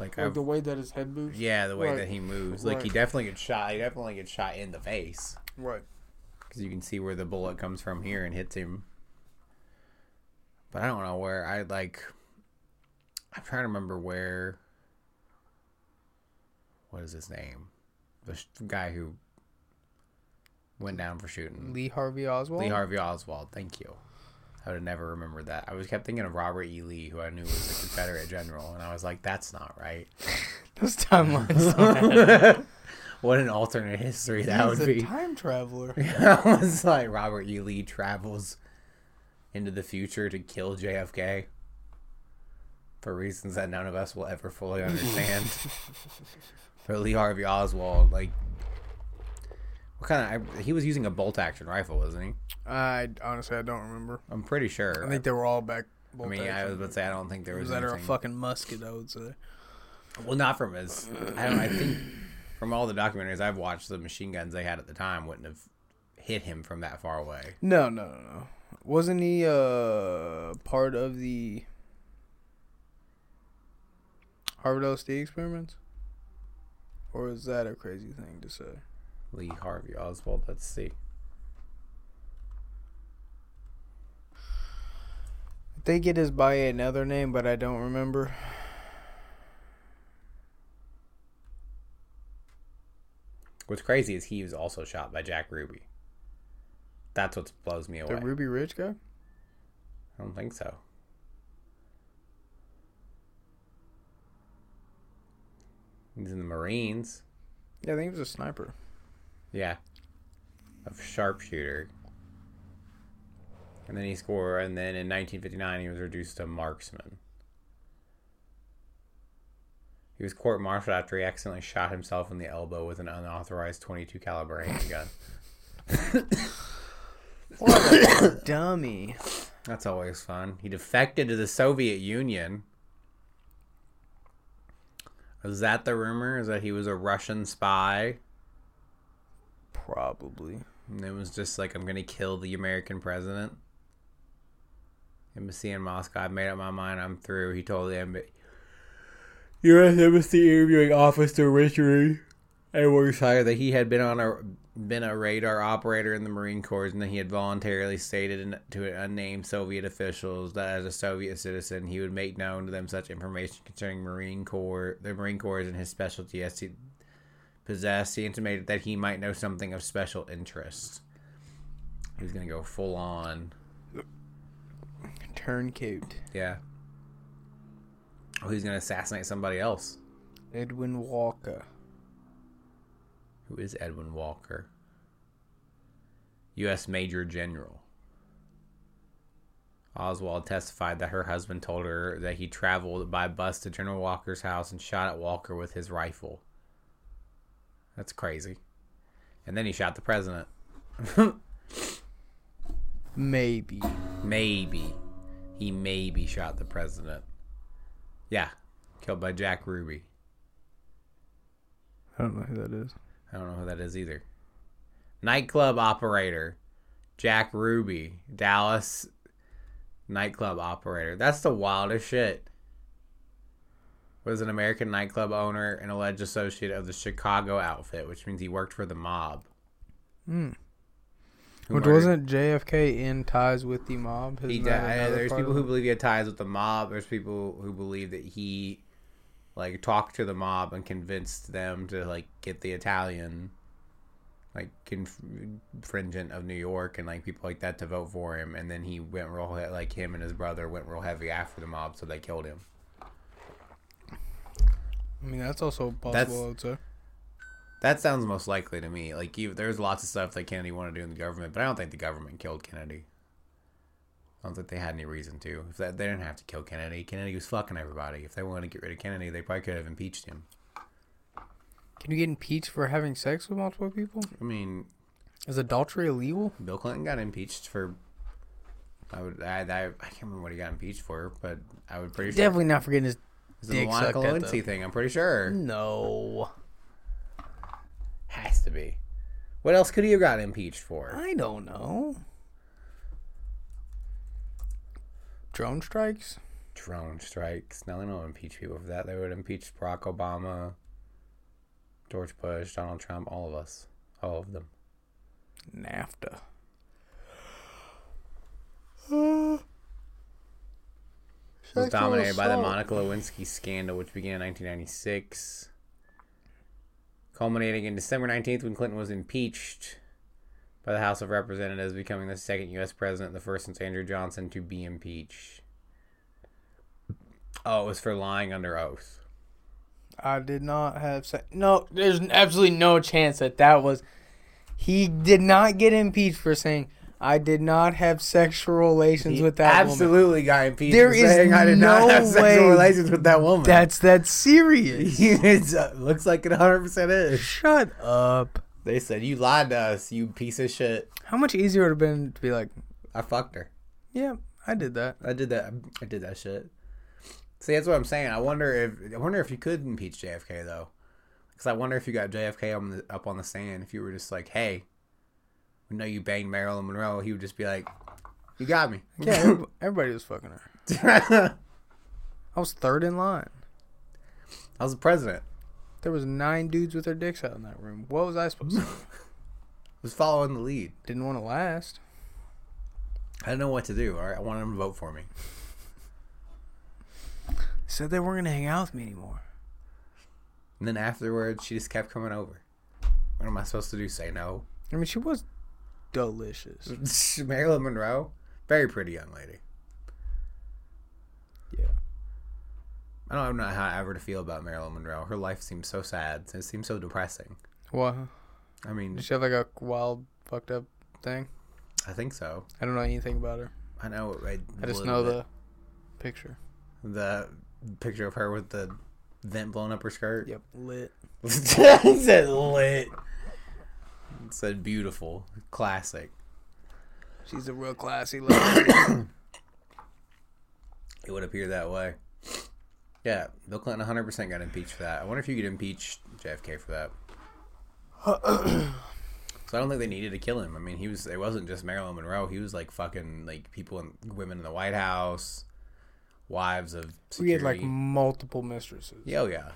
S1: Like, I've,
S2: way that his head moves?
S1: yeah, the way
S2: right,
S1: that he moves. Like he
S2: right.
S1: definitely gets shot. He definitely gets shot in the face
S2: Right.
S1: because you can see where the bullet comes from here and hits him. But I don't know where I like. I'm trying to remember where. What is his name? The sh- guy who went down for shooting.
S2: Lee Harvey Oswald?
S1: Lee Harvey Oswald. Thank you. I would have never remembered that. I was kept thinking of Robert E. Lee, who I knew was a Confederate general, and I was like, "That's not
S2: *laughs*
S1: right."
S2: *laughs*
S1: *laughs*
S2: Those timelines.
S1: What an alternate history *laughs* that
S2: He's
S1: would
S2: a
S1: be.
S2: time traveler.
S1: *laughs* I was like, Robert E. Lee travels into the future to kill JFK for reasons that none of us will ever fully
S2: *laughs*
S1: understand. for Lee Harvey Oswald, like, what kind of? I, he was using a bolt action rifle, wasn't he?
S2: I honestly I don't remember.
S1: I'm pretty sure.
S2: I think they were all back.
S1: I mean, I was about to say I don't think there was,
S2: was that or a
S1: anything-
S2: fucking musket? I would say.
S1: Well, not from his. I don't. I think from all the documentaries I've watched, the machine guns they had at the time wouldn't have hit him from that far away.
S2: No, no, no, no. Wasn't he uh part of the Harvard LSD experiments? Or is that a crazy thing to say?
S1: Lee Harvey Oswald. Let's see.
S2: I think it is by another name, but I don't remember.
S1: What's crazy is he was also shot by Jack Ruby. That's what blows me away.
S2: The Ruby Ridge guy?
S1: I don't think so. He's in the Marines.
S2: Yeah, I think he was a sniper.
S1: Yeah. Of sharpshooter. And then he scored, and then in 1959 he was reduced to marksman. He was court-martialed after he accidentally shot himself in the elbow with an unauthorized 22 caliber handgun.
S2: Dummy.
S1: That's always fun. He defected to the Soviet Union. Is that the rumor? Is that he was a Russian spy?
S2: Probably.
S1: And it was just like, I'm going to kill the American president. Embassy in Moscow. I've made up my mind. I'm through. He told the embassy. U.S. Embassy interviewing officer Richard Edwards Hire that he had been on a been a radar operator in the Marine Corps and that he had voluntarily stated in, to unnamed Soviet officials that as a Soviet citizen he would make known to them such information concerning Marine Corps, the Marine Corps, and his specialty as he possessed. He intimated that he might know something of special interest. He was gonna go full on.
S2: Turncoat.
S1: Yeah. Oh, he's gonna assassinate somebody else.
S2: Edwin Walker.
S1: Who is Edwin Walker? U.S. Major General. Oswald testified that her husband told her that he traveled by bus to General Walker's house and shot at Walker with his rifle. That's crazy. And then he shot the president. *laughs*
S2: Maybe.
S1: Maybe. He maybe shot the president. Yeah. Killed by Jack Ruby.
S2: I don't know who that is.
S1: I don't know who that is either. Nightclub operator. Jack Ruby. Dallas nightclub operator. That's the wildest shit. Was an American nightclub owner and alleged associate of the Chicago outfit, which means he worked for the mob. Hmm.
S2: Which wasn't JFK in ties with the mob?
S1: He
S2: Isn't
S1: di-
S2: that
S1: I-
S2: another
S1: there's
S2: part
S1: people
S2: of
S1: who
S2: it?
S1: believe he had ties with the mob. There's people who believe that he, like, talked to the mob and convinced them to like get the Italian, like, confringent of New York and like people like that to vote for him. And then he went real he- like him and his brother went real heavy after the mob, so they killed him.
S2: I mean, that's also possible. I would say.
S1: That sounds most likely to me. Like, you, there's lots of stuff that Kennedy wanted to do in the government, but I don't think the government killed Kennedy. I don't think they had any reason to. If that, they didn't have to kill Kennedy. Kennedy was fucking everybody. If they wanted to get rid of Kennedy, they probably could have impeached him.
S2: Can you get impeached for having sex with multiple people?
S1: I mean,
S2: Is adultery illegal?
S1: Bill Clinton got impeached for. I would. I, I, I can't remember what he got impeached for, but I would pretty sure.
S2: Definitely not forgetting his.
S1: It's the
S2: dick
S1: Monica
S2: sucked at
S1: Lewinsky thing. I'm pretty sure.
S2: No,
S1: Has to be. What else could he have got impeached for?
S2: I don't know. Drone strikes.
S1: Drone strikes. Now they don't impeach people for that. They would impeach Barack Obama, George Bush, Donald Trump, all of us, all of them.
S2: NAFTA.
S1: It was
S2: Sexual
S1: dominated by the
S2: assault.
S1: Monica Lewinsky scandal, which began in 1996, culminating in December 19th when Clinton was impeached by the House of Representatives, becoming the second U.S. president, the first since Andrew Johnson, to be impeached. Oh, it was for lying under oath.
S2: I did not have sex. No, there's absolutely no chance that that was. He did not get impeached for saying I did not have sexual relations with that woman.
S1: absolutely got impeached.
S2: There
S1: for
S2: is
S1: saying I did
S2: no
S1: not have sexual
S2: way
S1: relations with that woman. *laughs*
S2: That's that serious.
S1: it looks like it 100% is.
S2: Shut up.
S1: They said you lied to us, you piece of shit.
S2: How much easier it would have been to be like,
S1: I fucked her.
S2: yeah, I did *laughs* that.
S1: I did that. I did that shit. See, that's what I'm saying. I wonder if I wonder if you could impeach JFK though, because I wonder if you got JFK on the, up on the stand. If you were just like, "Hey, we know you banged Marilyn Monroe," he would just be like, "You got me."
S2: Yeah, everyb- everybody was fucking her.
S1: *laughs* I
S2: I was third in line.
S1: was the president.
S2: There was nine dudes with their dicks out in that room. What was I supposed to? do?
S1: I was following the lead.
S2: Didn't want to last.
S1: I didn't know what to do. All right, I wanted him to vote for me.
S2: Said they weren't gonna hang out with me anymore.
S1: And then afterwards, she just kept coming over. What am I supposed to do? Say no? *laughs*
S2: I mean, she was delicious.
S1: Marilyn Monroe, very pretty young lady.
S2: Yeah.
S1: I don't know how ever to feel about Marilyn Monroe. Her life seems so sad. It seems so depressing.
S2: What?
S1: I mean,
S2: Did she have like a wild, fucked up thing?
S1: I think so.
S2: I don't know anything about her.
S1: I know. I,
S2: I just know the picture.
S1: the the picture of her with the vent blown up her skirt.
S2: Yep, lit.
S1: *laughs* it said lit. It said beautiful, classic.
S2: She's a real *coughs* classy lady.
S1: It would appear that way. Yeah, Bill Clinton 100% got impeached for that. I wonder if you could impeach JFK for that. *clears throat* so I don't think they needed to kill him. I mean, he was it wasn't just Marilyn Monroe. He was like fucking like people and women in the White House, wives of
S2: we had
S1: security.
S2: like multiple mistresses.
S1: yeah, oh, yeah.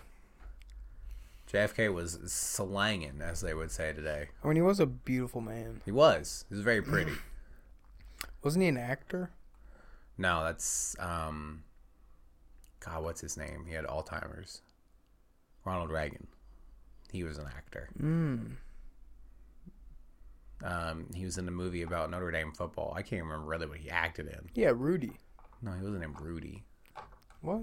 S1: JFK was slanging, as they would say today.
S2: I mean, he was a beautiful man.
S1: He was. He was very pretty.
S2: Wasn't he an actor?
S1: no, that's um, God, what's his name? He had Alzheimer's. Ronald Reagan. He was an actor.
S2: Hmm.
S1: Um, he was in a movie about Notre Dame football. I can't remember really what he acted in.
S2: Yeah, Rudy.
S1: No, he wasn't in Rudy.
S2: What?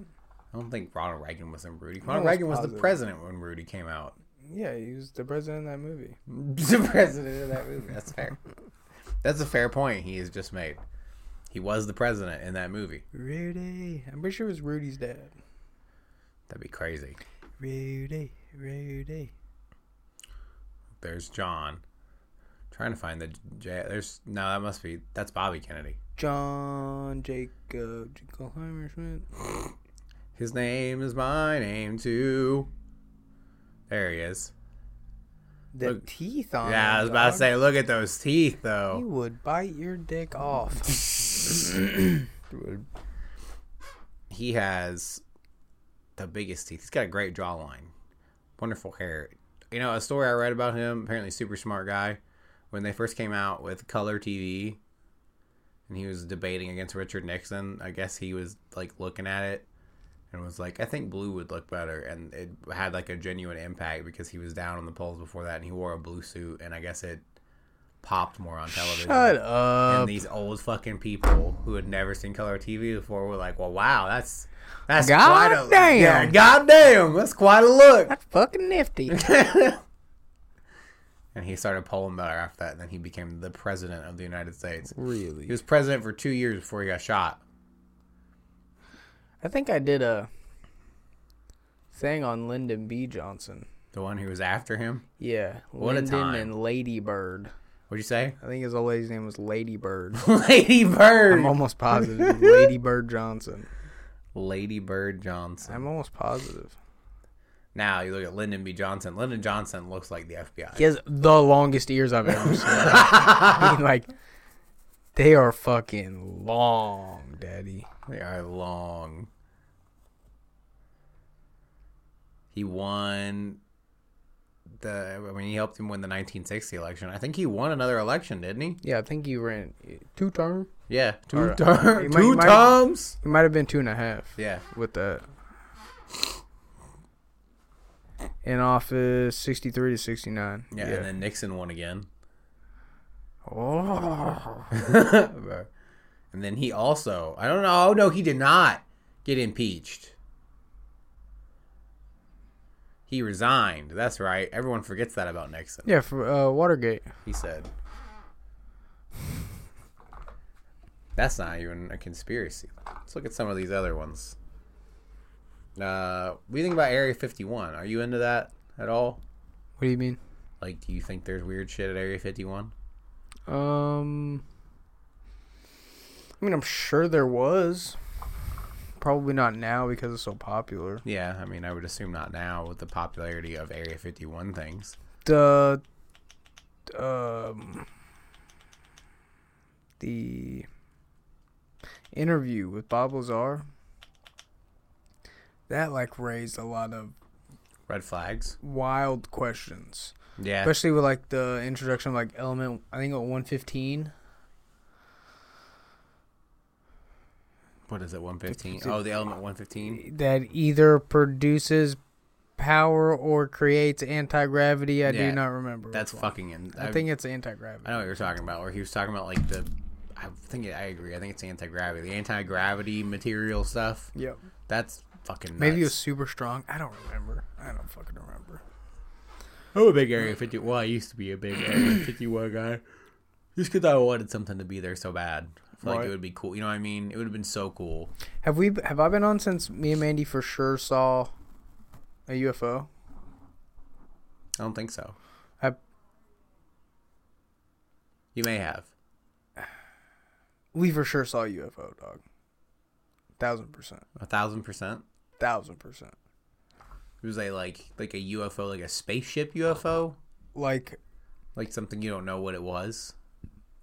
S1: I don't think Ronald Reagan was in Rudy. Ronald
S2: was
S1: Reagan was the
S2: positive.
S1: president when Rudy came out. *laughs*
S2: Yeah, he was the president in that movie. *laughs*
S1: the president of that movie. That's fair. That's a fair point he has just made. He was the president in that movie.
S2: Rudy. I'm pretty sure it was Rudy's dad.
S1: That'd be crazy.
S2: Rudy. Rudy.
S1: There's John. trying to find the J. There's no. That must be. That's Bobby Kennedy.
S2: John Jacob Jingleheimer Schmidt.
S1: His name is my name too. There he is.
S2: The
S1: Look-
S2: teeth on
S1: Yeah, I was
S2: him,
S1: about to
S2: dog.
S1: say. Look at those teeth,
S2: He
S1: though.
S2: would bite your dick *laughs* off.
S1: He has the biggest teeth. He's got a great jawline, wonderful hair. You know, a story I read about him. Apparently, super smart guy. When they first came out with color TV, and he was debating against Richard Nixon, I guess he was like looking at it and was like, "I think blue would look better," and it had like a genuine impact because he was down on the polls before that, and he wore a blue suit, and I guess it popped more on television.
S2: Shut up.
S1: And these old fucking people who had never seen color TV before were like, "Well, wow, that's that's
S2: God
S1: quite a
S2: damn.
S1: yeah, goddamn, that's quite a look."
S2: That's fucking
S1: *laughs*
S2: nifty.
S1: and he started polling better after that. And then he became the president of the United States. He
S2: really?
S1: was president for two years before he got shot.
S2: I think I did a thing on Lyndon B. Johnson.
S1: The one who was after him.
S2: Yeah.
S1: a
S2: Lyndon
S1: time.
S2: and Lady Bird.
S1: What'd you say, *laughs*
S2: I think his old lady's name was Lady Bird.
S1: Lady
S2: I'm
S1: Bird?
S2: almost positive. *laughs* it was Lady Bird Johnson.
S1: Lady Bird Johnson.
S2: I'm almost positive.
S1: Now you look at Lyndon B. Johnson. Lyndon Johnson looks like the FBI.
S2: He has the longest ears I've
S1: *laughs*
S2: ever seen. I mean, like, they are fucking long, daddy.
S1: They are long. He won the. I mean, he helped him win the 1960 election. I think he won another election, didn't he?
S2: Yeah, I think he ran two term.
S1: Yeah, two
S2: Or-
S1: term,
S2: he
S1: *laughs*
S2: might-
S1: two
S2: he might-
S1: times.
S2: He might have been two and a half
S1: Yeah,
S2: with that. In office, 63 to 69.
S1: yeah, and then Nixon won again. *laughs*
S2: oh.
S1: Bro. and then he also. I don't know. Oh no, he did not get impeached. He resigned. That's right. Everyone forgets that about Nixon.
S2: Yeah, for uh, Watergate.
S1: he said. That's not even a conspiracy. Let's look at some of these other ones. Uh, we think about Area 51. Are you into that at all?
S2: What do you mean?
S1: Like, do you think there's weird shit at Area 51?
S2: Um, I mean, I'm sure there was. Probably not now because it's so popular.
S1: Yeah, I mean, I would assume not now with the popularity of Area 51 things.
S2: The, um, the interview with Bob Lazar. That like raised a lot of
S1: Red flags.
S2: wild questions.
S1: Yeah.
S2: especially with like the introduction of like element i think at 115
S1: What is it, 115? Oh, the element 115?
S2: that either produces power or creates anti-gravity i
S1: Yeah,
S2: do not remember
S1: That's
S2: which one.
S1: fucking. In,
S2: i think it's anti-gravity
S1: I know what you're talking about. Where he was talking about like the, I think I agree. I think it's anti gravity, the anti gravity material stuff.
S2: yep
S1: That's fucking. Nuts.
S2: maybe it was super strong i don't remember i don't fucking remember
S1: oh a big Area 50. Well, I used to be a big
S2: *clears throat*
S1: Area 51 guy. Just because I wanted something to be there so bad. I feel like
S2: Right.
S1: it would be cool. You know what I mean? It would have been so cool.
S2: have we have i been on since me and mandy for sure saw a ufo
S1: I don't think so.
S2: I-
S1: You may have.
S2: we for sure saw a ufo dog thousand percent
S1: A thousand percent.
S2: thousand percent
S1: It was a like like a UFO, like a spaceship UFO,
S2: like
S1: like something you don't know what it was.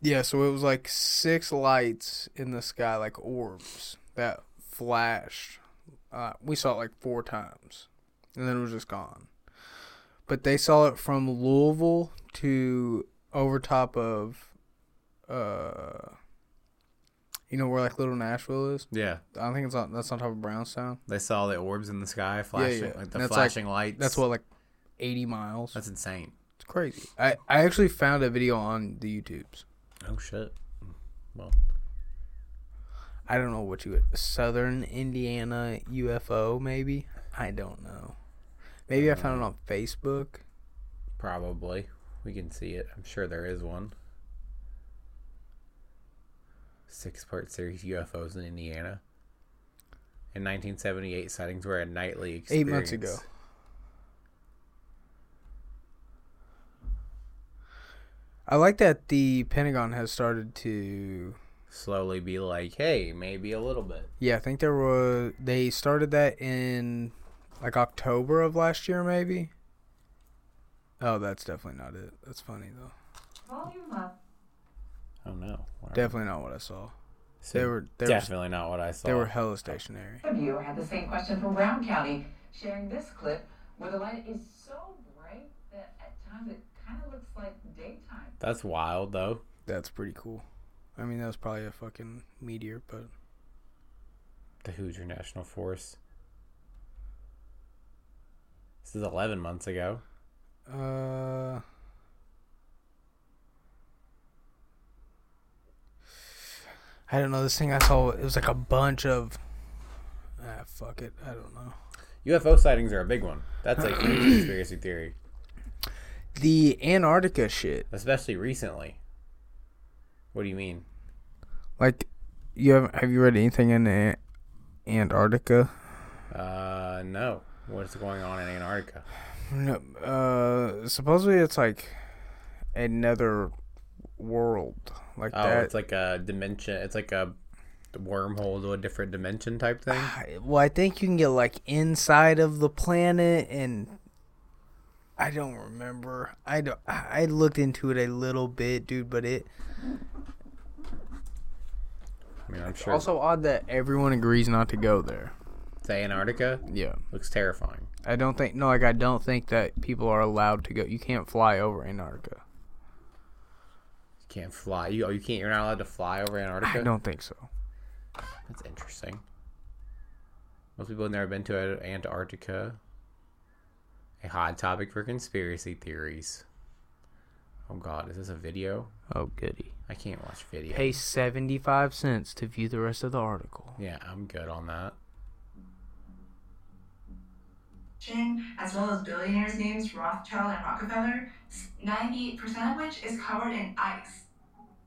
S2: Yeah, so it was like six lights in the sky, like orbs that flashed. Uh, we saw it like four times, and then it was just gone. But they saw it from Louisville to over top of, uh, you know where like Little Nashville is.
S1: Yeah.
S2: I don't think it's on. That's on top of Brownstown.
S1: They saw the orbs in the sky flashing,
S2: yeah.
S1: like the
S2: That's like-
S1: flashing lights.
S2: That's what like eighty miles.
S1: That's insane.
S2: It's crazy. I I actually found a video on the YouTubes.
S1: Oh shit. Well,
S2: I don't know what you would Southern Indiana UFO maybe. I don't know. Maybe I found it on Facebook.
S1: probably we can see it. I'm sure there is one. six part series UFOs in Indiana. In 1978, sightings were a nightly
S2: Eight
S1: experience.
S2: months ago. I like that the Pentagon has started to.
S1: Slowly be like, hey, maybe a little bit.
S2: Yeah, I think there was. They started that in like October of last year, maybe. Oh, that's definitely not it. That's funny though.
S3: Volume up.
S1: Oh no. Wow.
S2: Definitely not what I saw.
S1: So
S2: They were. They were.
S1: definitely not what I saw.
S2: They were hella stationary.
S3: Some of you had the same question from Brown County, sharing this clip where the light is so bright that at times it kind of looks like daytime.
S1: That's wild though.
S2: That's pretty cool. I mean, that was probably a fucking meteor, but
S1: The Hoosier National Forest. This is 11 months ago.
S2: Uh, I don't know. This thing I saw, it was like a bunch of. Ah, fuck it. I don't know.
S1: UFO sightings are a big one. That's a
S2: *coughs*
S1: huge conspiracy theory,
S2: The Antarctica shit.
S1: especially recently. What do you mean?
S2: Like, you have have you read anything in A- Antarctica?
S1: Uh, no. What's going on in Antarctica?
S2: No. Uh, supposedly it's like another world like
S1: Oh,
S2: that.
S1: it's like a dimension. It's like a wormhole to a different dimension type thing.
S2: I- well, I think you can get like inside of the planet, and I don't remember. I don't, I I looked into it a little bit, dude, but it
S1: I mean, I'm sure.
S2: also odd that everyone agrees not to go there.
S1: the Antarctica
S2: Yeah,
S1: looks terrifying.
S2: I don't think no, like I don't think that people are allowed to go. You can't fly over Antarctica.
S1: You can't fly. You oh, you can't. You're not allowed to fly over Antarctica.
S2: I don't think so.
S1: That's interesting. Most people have never been to Ant- Antarctica. A hot topic for conspiracy theories. Oh God, is this a video?
S2: Oh goody!
S1: I can't watch video.
S2: Pay seventy five cents to view the rest of the article.
S1: Yeah, I'm good on that.
S3: As well as billionaires' names Rothschild and Rockefeller, 98% of which is covered in ice.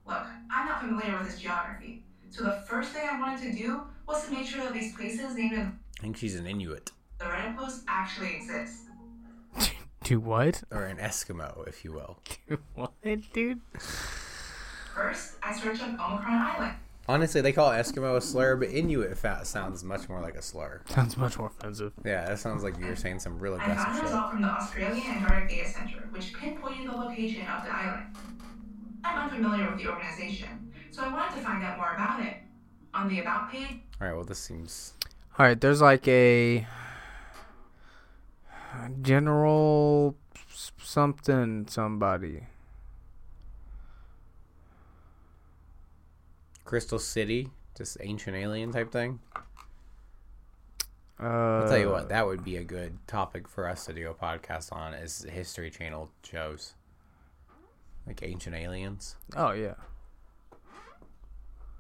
S3: Look, I'm not familiar with this geography, so the first thing I wanted to do was to make sure that these places named in
S1: I think she's an Inuit
S3: the Reddit post actually exist.
S2: *laughs* Do *laughs* what?
S1: or an Eskimo, if you will.
S2: what, dude?
S3: First, I searched on Omicron Island.
S1: Honestly, they call Eskimo a slur, but Inuit fat sounds much more like a slur.
S2: Sounds much more offensive.
S1: Yeah, that sounds like you're saying some real
S3: I
S1: aggressive
S3: found a
S1: shit.
S3: result from the Australian Antarctic Data Center, which pinpointed the location of the island. I'm unfamiliar with the organization, so I wanted to find out more about it. On the About page,
S1: All right, well, this seems
S2: All right, there's like a general s- something somebody.
S1: Crystal City, just ancient alien type thing.
S2: Uh,
S1: I'll tell you what, that would be a good topic for us to do a podcast on is History Channel shows. Like ancient aliens.
S2: Oh yeah,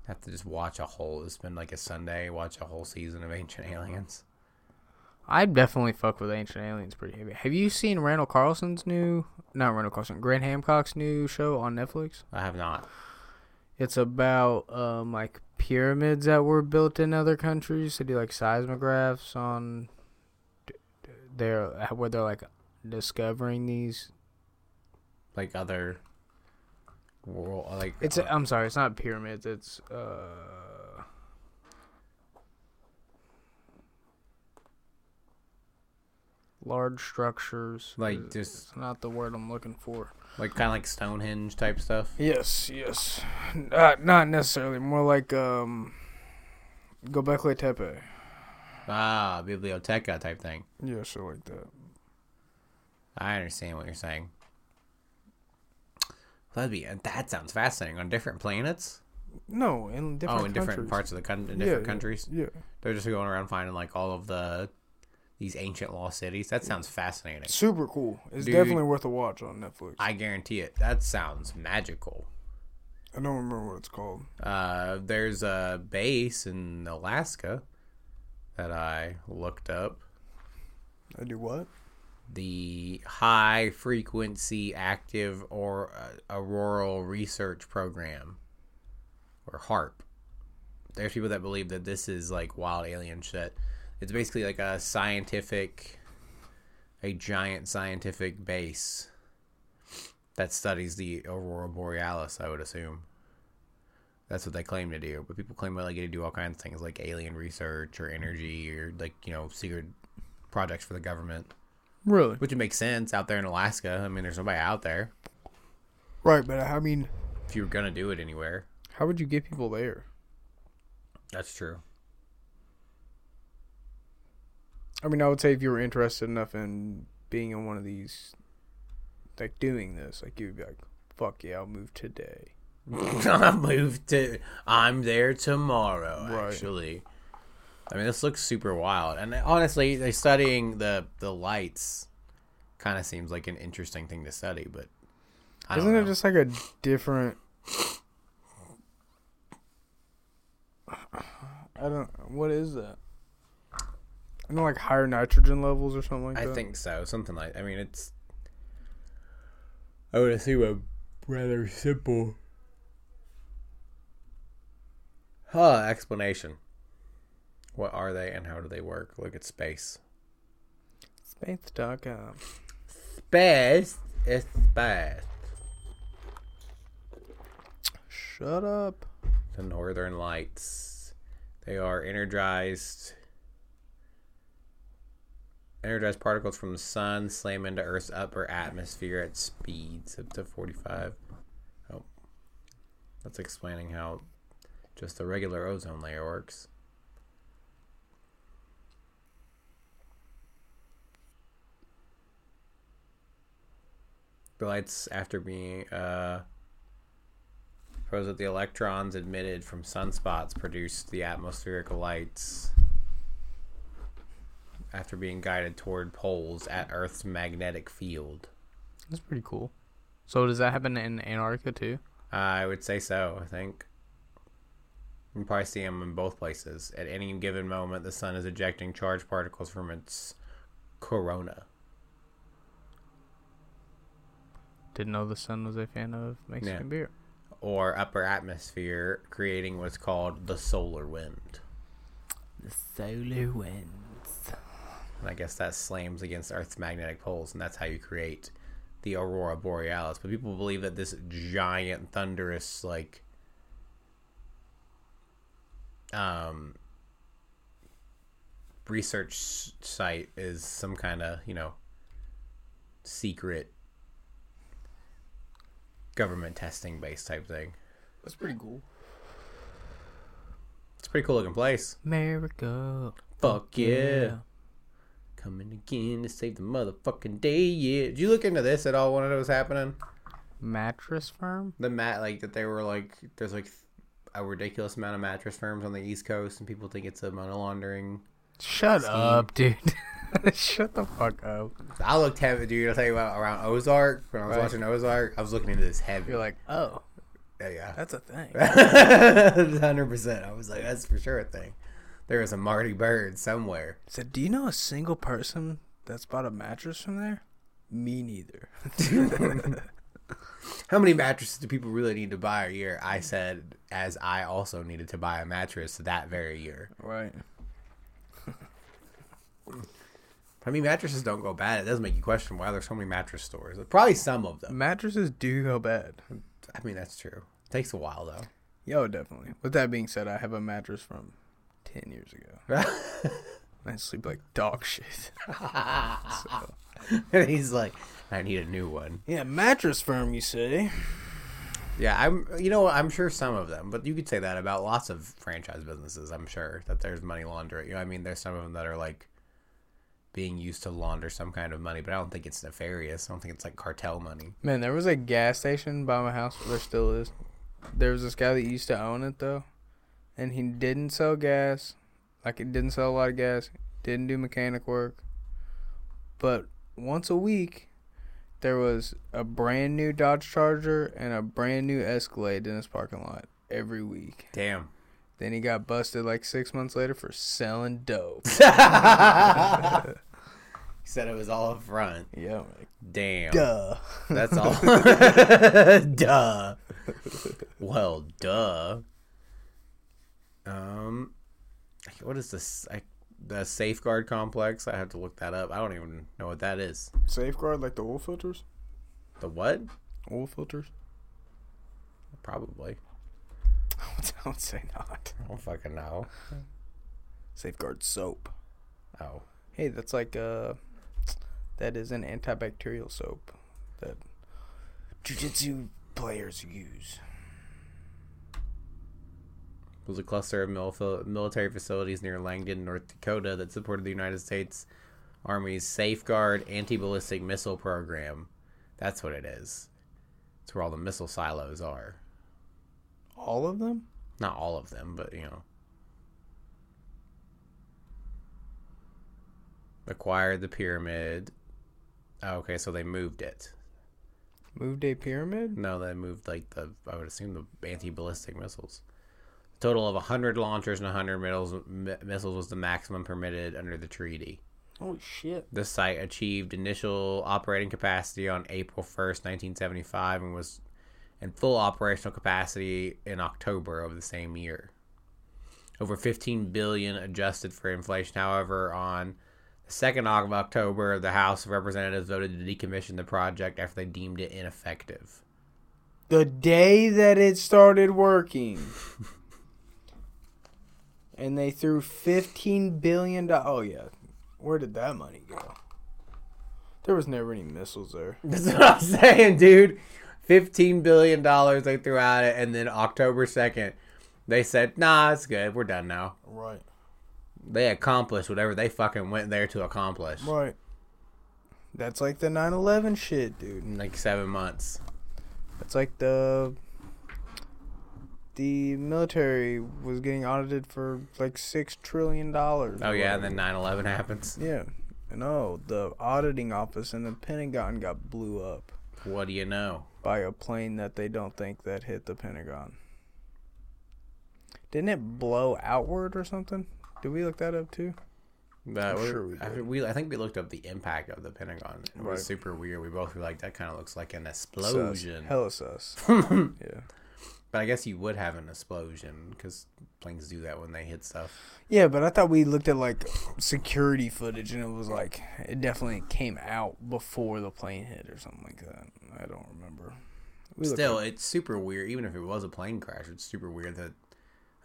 S1: Have to just watch a whole it's been like a Sunday, watch a whole season of ancient aliens.
S2: I definitely fuck with Ancient Aliens pretty heavy. Have you seen Randall Carlson's new? Not Randall Carlson. Grant Hancock's new show on Netflix.
S1: I have not.
S2: It's about um like pyramids that were built in other countries. They do like seismographs on d- d- their where they're like discovering these
S1: Like other world like
S2: It's
S1: uh,
S2: I'm sorry, it's not pyramids. It's uh large structures.
S1: like just
S2: It's not the word I'm looking for.
S1: like kinda like Stonehenge type stuff.
S2: Yes, yes. Not not necessarily. More like um Gobekli Tepe.
S1: Ah, biblioteca type thing.
S2: Yeah, shit like that.
S1: I understand what you're saying. That'd be that sounds fascinating. On different planets?
S2: No, in different
S1: oh, in different parts of the country, in different countries.
S2: Yeah.
S1: They're just going around finding like all of the these ancient lost cities. That sounds fascinating.
S2: Super cool. It's
S1: Dude. definitely
S2: worth a watch on Netflix.
S1: I guarantee it. That sounds magical.
S2: I don't remember what it's called.
S1: Uh, there's a base in Alaska that I looked up.
S2: I do what?
S1: The High Frequency Active or uh, Auroral Research Program, or HARP. There's people that believe that this is like wild alien shit. It's basically like a scientific, a giant scientific base that studies the aurora borealis. I would assume. That's what they claim to do, but people claim like they do all kinds of things like alien research or energy or like you know secret projects for the government,
S2: Really?
S1: which would make sense out there in Alaska. I mean, there's nobody out there.
S2: Right, but I mean,
S1: If you were gonna do it anywhere,
S2: how would you get people there?
S1: that's *laughs* true.
S2: I mean, I would say if you were interested enough in being in one of these, like doing this, like you'd be like, "Fuck yeah, I'll move today."
S1: I moved to. I'm there tomorrow.
S2: Right.
S1: Actually, I mean, this looks super wild. And honestly, they studying the the lights kind of seems like an interesting thing to study. But I don't
S2: Isn't
S1: know.
S2: it just like a different? *sighs* I don't. What is that? I know, like higher nitrogen levels or something like
S1: I
S2: that.
S1: think so. Something like. I mean, it's. I would assume a rather simple. Huh, explanation. What are they and how do they work? Look at space.
S2: Space.com.
S1: Space is space.
S2: Shut up.
S1: the northern lights they are energized energized particles from the sun slam into earth's upper atmosphere at speeds up to 45 oh that's explaining how just the regular ozone layer works the lights after being uh shows that the electrons emitted from sunspots produced the atmospheric lights after being guided toward poles at Earth's magnetic field.
S2: That's pretty cool. So does that happen in Antarctica too?
S1: I would say so, I think. You can probably see them in both places. At any given moment, the sun is ejecting charged particles from its corona.
S2: Didn't know the sun was a fan of Mexican
S1: Yeah.
S2: beer.
S1: or upper atmosphere, creating what's called the solar wind.
S2: The solar winds.
S1: And I guess that slams against Earth's magnetic poles, and that's how you create the aurora borealis. But people believe that this giant, thunderous, like, um, research s- site is some kind of, you know, secret government testing base type thing.
S2: That's pretty cool.
S1: It's a pretty cool looking place.
S2: America.
S1: Fuck yeah. Coming again to save the motherfucking day, yeah. Did you look into this at all when it was happening?
S2: Mattress firm?
S1: The mat, like that they were like, there's like a ridiculous amount of mattress firms on the East Coast, and people think it's a money laundering.
S2: Shut up, dude. *laughs* Shut the fuck up.
S1: I looked heavy, dude. I'll tell you about around Ozark when I was
S2: Right.
S1: watching Ozark. I was looking into this heavy.
S2: You're like, oh,
S1: yeah,
S2: that's a thing.
S1: *laughs* hundred percent. I was like, that's for sure a thing. There is a Marty Bird somewhere.
S2: So, do you know a single person that's bought a mattress from there? Me *laughs* neither.
S1: How many mattresses do people really need to buy a year? I said, as I also needed to buy a mattress that very year.
S2: right.
S1: I mean, mattresses don't go bad. It does make you question why there's so many mattress stores. Probably some of them.
S2: Mattresses do go bad.
S1: I mean, that's true. takes a while though. *laughs*
S2: Yo, definitely. With that being said, I have a mattress from 10 years ago. *laughs* I sleep like dog shit. so.
S1: and he's like, I need a new one.
S2: Yeah, mattress firm, you say?
S1: Yeah, I'm. You know, what? I'm sure some of them, but you could say that about lots of franchise businesses. I'm sure that there's money laundering. You know, I mean, there's some of them that are like being used to launder some kind of money, but I don't think it's nefarious. I don't think it's like cartel money.
S2: Man, there was a gas station by my house. There still is. There was this guy that used to own it though, and he didn't sell gas. Like he didn't sell a lot of gas. Didn't do mechanic work. But once a week, there was a brand new Dodge Charger and a brand new Escalade in his parking lot every week.
S1: Damn.
S2: Then he got busted like six months later for selling *laughs* dope.
S1: he said it was all up front.
S2: yeah, I'm like,
S1: Damn.
S2: duh.
S1: That's all. duh. Well, duh. Um, what is this? I, the safeguard complex. I have to look that up. I don't even know what that is.
S2: Safeguard like the oil filters.
S1: The what?
S2: Oil filters. *laughs*
S1: Probably.
S2: I would- I would say not.
S1: I don't fucking know.
S2: Safeguard soap.
S1: Oh,
S2: Hey, that's like uh, that is an antibacterial soap that jujitsu players use.
S1: It was a cluster of mil- military facilities near Langdon, North Dakota, that supported the United States Army's Safeguard Anti-Ballistic Missile Program. That's what it is. It's where all the missile silos are.
S2: All of them?
S1: Not all of them, but you know. Acquired the pyramid. Oh, okay, so they moved it.
S2: Moved a pyramid?
S1: No, they moved like the I would assume the anti-ballistic missiles. A total of 100 launchers and 100 missiles, mi- missiles was the maximum permitted under the treaty.
S2: Holy shit!
S1: The site achieved initial operating capacity on April 1st, 1975 and was in full operational capacity in October of the same year. Over 15 billion adjusted for inflation. However, on the 2nd of October, the House of Representatives voted to decommission the project after they deemed it ineffective.
S2: The day that it started working, and they threw fifteen billion dollars. Oh yeah, where did that money go? There was never any missiles there.
S1: That's what I'm saying, dude. Fifteen billion dollars they threw at it, and then October second, they said, "Nah, it's good. We're done now."
S2: Right.
S1: They accomplished whatever they fucking went there to accomplish.
S2: Right. That's like the 9/11 shit, dude.
S1: In like seven months.
S2: It's like the the military was getting audited for like six trillion dollars.
S1: Oh yeah, and then 9-11 happens.
S2: yeah, and oh, the auditing office in the Pentagon got blew up
S1: What do you know?
S2: by a plane that they don't think that hit the Pentagon. Didn't it blow outward or something? Did we look that up too?
S1: That we-
S2: sure we
S1: I,
S2: did.
S1: think we, I think we looked up the impact of the Pentagon. It
S2: Right.
S1: was super weird. We both were like, "That kind of looks like an explosion."
S2: Sus. Hella sus. yeah.
S1: But I guess you would have an explosion because planes do that when they hit stuff.
S2: Yeah, but I thought we looked at like security footage and it was like it definitely came out before the plane hit or something like that. I don't remember. We looked
S1: Still, it's super weird. Even if it was a plane crash, it's super weird that,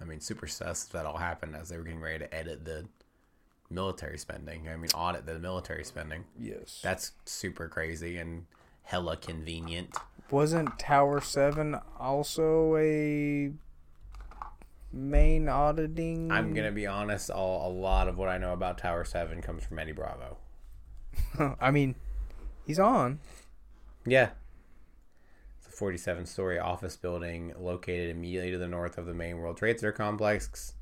S1: I mean, super sus that all happened as they were getting ready to edit the military spending. I mean, audit the military spending.
S2: at- yes.
S1: That's super crazy and hella convenient.
S2: Wasn't Tower 7 also a main auditing?
S1: I'm gonna be honest. All, a lot of what I know about Tower Seven comes from Eddie Bravo.
S2: *laughs* I mean, he's on.
S1: Yeah. It's a 47 story office building located immediately to the north of the main World Trade Center complex.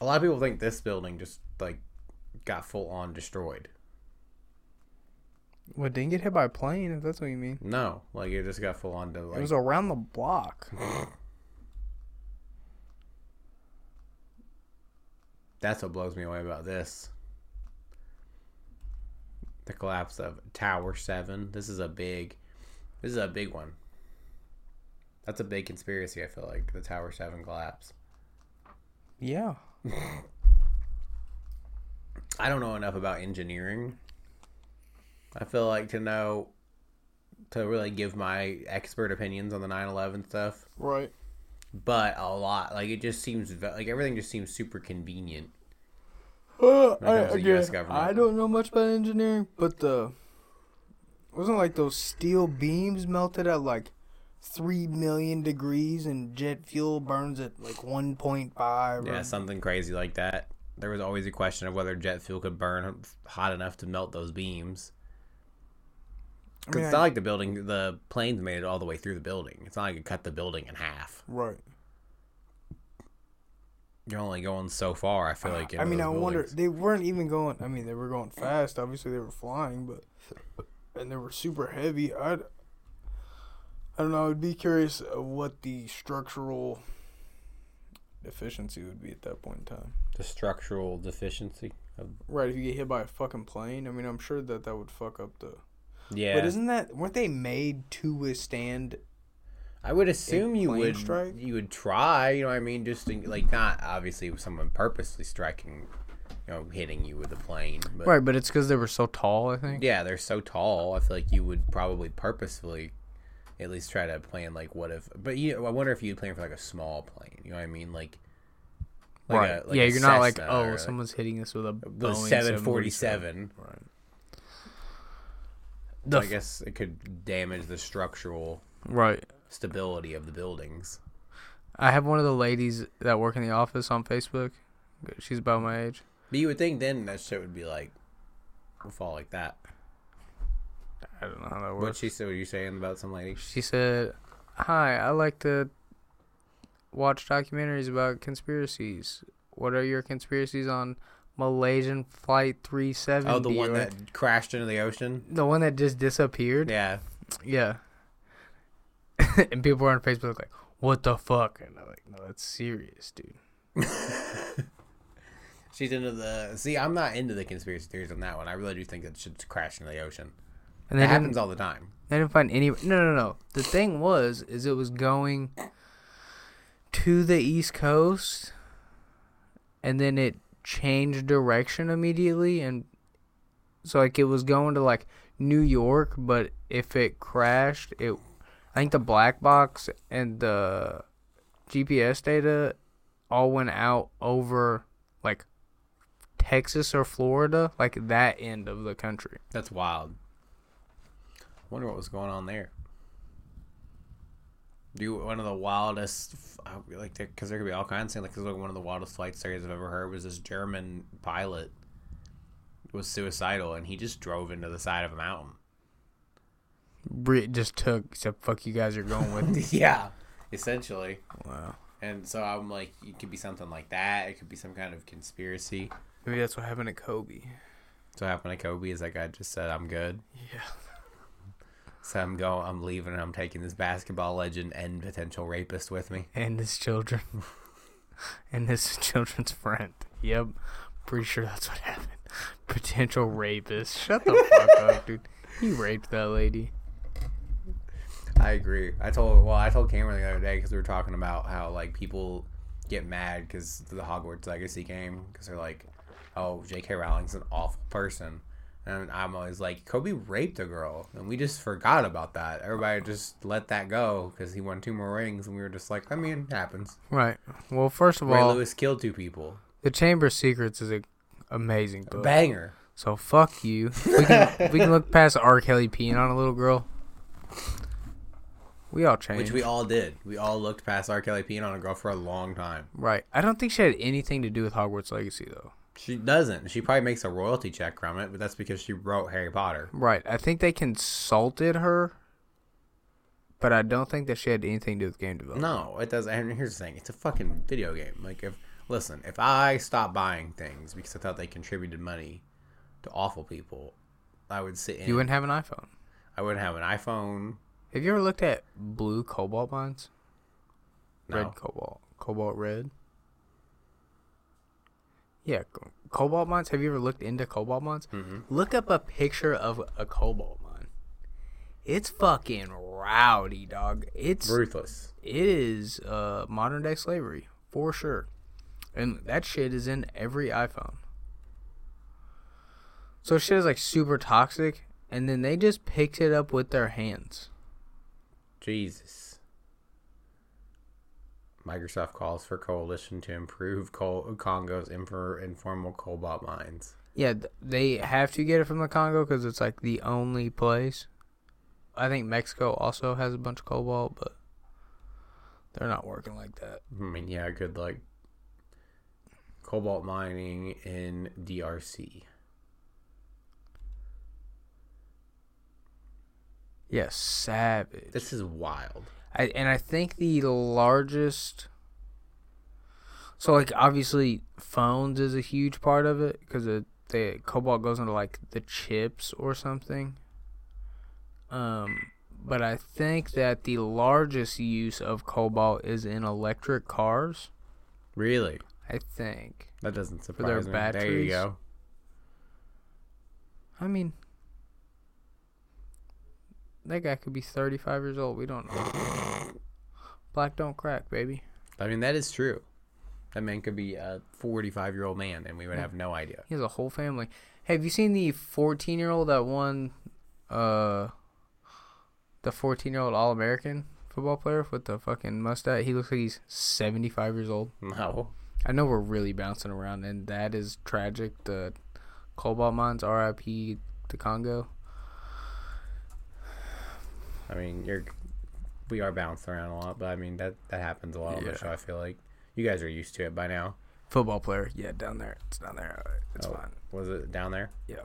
S1: A lot of people think this building just like got full on destroyed.
S2: Well, it didn't get hit by a plane, if that's what you mean.
S1: No, like it just got full on to
S2: It
S1: like
S2: was around the block.
S1: that's what blows me away about this. The collapse of Tower 7. This is a big this is a big one. That's a big conspiracy, I feel like, the Tower 7 collapse.
S2: Yeah.
S1: I don't know enough about engineering. I feel like to know to really give my expert opinions on the 9/11 stuff,
S2: Right.
S1: but a lot like it just seems ve- like everything just seems super convenient.
S2: I,
S1: comes to US
S2: again,
S1: government.
S2: I don't know much about engineering, but the wasn't like those steel beams melted at like three million degrees and jet fuel burns at like one point five.
S1: Yeah, something crazy like that. There was always a question of whether jet fuel could burn hot enough to melt those beams. 'Cause
S2: mean,
S1: it's not like the building, the planes made it all the way through the building. It's not like it cut the building in half.
S2: right.
S1: You're only going so far. I feel like.
S2: Ah, I
S1: into
S2: mean, I
S1: those
S2: wonder
S1: buildings.
S2: they weren't even going. I mean, they were going fast. Obviously, they were flying, but and they were super heavy. I I don't know. I'd be curious of what the structural efficiency would be at that point in time.
S1: the structural deficiency. Of,
S2: Right, if you get hit by a fucking plane, I mean, I'm sure that that would fuck up the.
S1: yeah.
S2: But isn't that weren't they made to withstand
S1: I would assume you
S4: plane
S1: would
S4: strike?
S1: you would try. You know what I mean? Just in, like not obviously with someone purposely striking, you know, hitting you with a plane. But
S2: Right, but it's because they were so tall. I think.
S1: yeah, they're so tall. I feel like you would probably purposefully at least try to plan like what if. But you, I wonder if you'd plan for like a small plane. You know what I mean? Like, like
S2: right.
S1: a- like
S2: yeah,
S1: a
S2: you're not like,
S1: Cessna or,
S2: oh,
S1: like,
S2: someone's hitting us with a
S1: the
S2: Boeing
S1: seven forty seven.
S4: Right.
S2: The
S1: I
S2: f-
S1: guess it could damage the structural
S2: Right.
S1: stability of the buildings.
S2: I have one of the ladies that work in the office on Facebook. She's about my age.
S1: But you would think then that shit would be like would fall like that.
S2: I don't know how that
S1: What
S2: works.
S1: she said? What you saying about some lady?
S2: She said, "Hi, I like to watch documentaries about conspiracies. What are your conspiracies on Malaysian Flight 370?"
S1: Oh, the one that crashed into the ocean.
S2: the one that just disappeared.
S1: Yeah,
S2: Yeah. *laughs* and people were on Facebook like, "What the fuck?" And I'm like, "No, that's serious, dude."
S1: she's into the. See, I'm not into the conspiracy theories on that one. I really do think that should crash into the ocean.
S2: And
S1: It
S2: they
S1: happens
S2: didn't,
S1: all the time.
S2: they didn't find any. No, no, no. The thing was, is it was going to the East Coast, and then it changed direction immediately, and so like it was going to like New York, but if it crashed, it. I think the black box and the GPS data all went out over like Texas or Florida, like that end of the country.
S1: That's wild. Wonder what was going on there. Do one of the wildest, f- I would like, because there could be all kinds of things. Like, 'cause, like one of the wildest flight stories I've ever heard was this German pilot was suicidal and he just drove into the side of a mountain.
S2: Brit just took said, "Fuck you guys, are going with." me."
S1: *laughs* yeah, essentially.
S2: wow.
S1: And so I'm like, it could be something like that. It could be some kind of conspiracy.
S2: Maybe that's what happened to Kobe.
S1: So what happened to Kobe is that guy just said, "I'm good."
S2: Yeah.
S1: So I'm going. I'm leaving. and I'm taking this basketball legend and potential rapist with me.
S2: And his children, *laughs* and his *laughs* children's friend. Yep, pretty sure that's what happened. Potential rapist. Shut the fuck *laughs* up, dude. He raped that lady.
S1: I agree. I told well, I told Cameron the other day because we were talking about how like people get mad because the Hogwarts Legacy game because they're like, oh, J.K. Rowling's an awful person, and I'm always like, Kobe raped a girl, and we just forgot about that. Everybody just let that go because he won two more rings, and we were just like, I mean, it happens.
S2: Right. Well, first of
S1: Ray
S2: all,
S1: Lewis killed two people.
S2: the Chamber of Secrets is a amazing book.
S1: Banger.
S2: So fuck you.
S1: *laughs*
S2: We can we can look past R. Kelly peeing on a little girl. We all change.
S1: Which we all did. We all looked past R. Kelly peeing on a girl for a long time.
S2: Right. I don't think she had anything to do with Hogwarts Legacy, though.
S1: She doesn't. She probably makes a royalty check from it, but that's because she wrote Harry Potter.
S2: Right. I think they consulted her, but I don't think that she had anything to do with game development.
S1: No, it doesn't. And here's the thing: it's a fucking video game. Like, if listen, if I stopped buying things because I thought they contributed money to awful people, I would sit in.
S2: You wouldn't have an iPhone.
S1: I wouldn't have an iPhone.
S2: Have you ever looked at blue cobalt mines?
S1: No.
S2: Red cobalt. Cobalt red? Yeah, co- cobalt mines. Have you ever looked into cobalt mines? Look up a picture of a cobalt mine. It's fucking rowdy, dog. It's
S1: Ruthless.
S2: it is uh, modern day slavery for sure, and that shit is in every iPhone. So shit is like super toxic, and then they just picked it up with their hands.
S1: Jesus. Microsoft calls for coalition to improve coal Congo's infor- informal cobalt mines.
S2: Yeah, th- they have to get it from the Congo because it's like the only place. I think Mexico also has a bunch of cobalt, but they're not working like that.
S1: I mean, yeah, good luck. Cobalt mining in DRC.
S2: Yeah, savage.
S1: This is wild.
S2: I, and I think the largest. So like obviously phones is a huge part of it because the cobalt goes into like the chips or something. Um, but I think that the largest use of cobalt is in electric cars.
S1: Really?
S2: I think.
S1: That doesn't surprise
S2: their
S1: me. There you
S2: batteries?
S1: go.
S2: I mean, that guy could be 35 years old. We don't know. Black don't crack, baby.
S1: I mean, that is true. That man could be a 45 year old man, and we would have no
S2: *laughs*
S1: idea.
S2: He has a whole family. Hey, have you seen the 14 year old that won uh the 14 year old All American football player with the fucking mustache? He looks like he's 75 years old.
S1: No.
S2: I know we're really bouncing around, and that is tragic. The cobalt mines, RIP, the Congo.
S1: I mean, you're we are bouncing around a lot, but I mean that that happens a lot on
S2: Yeah.
S1: the show. I feel like you guys are used to it by now.
S2: Football player, yeah, down there. It's down there. All right, It's
S1: Oh,
S2: fine.
S1: Was it down there?
S2: Yeah.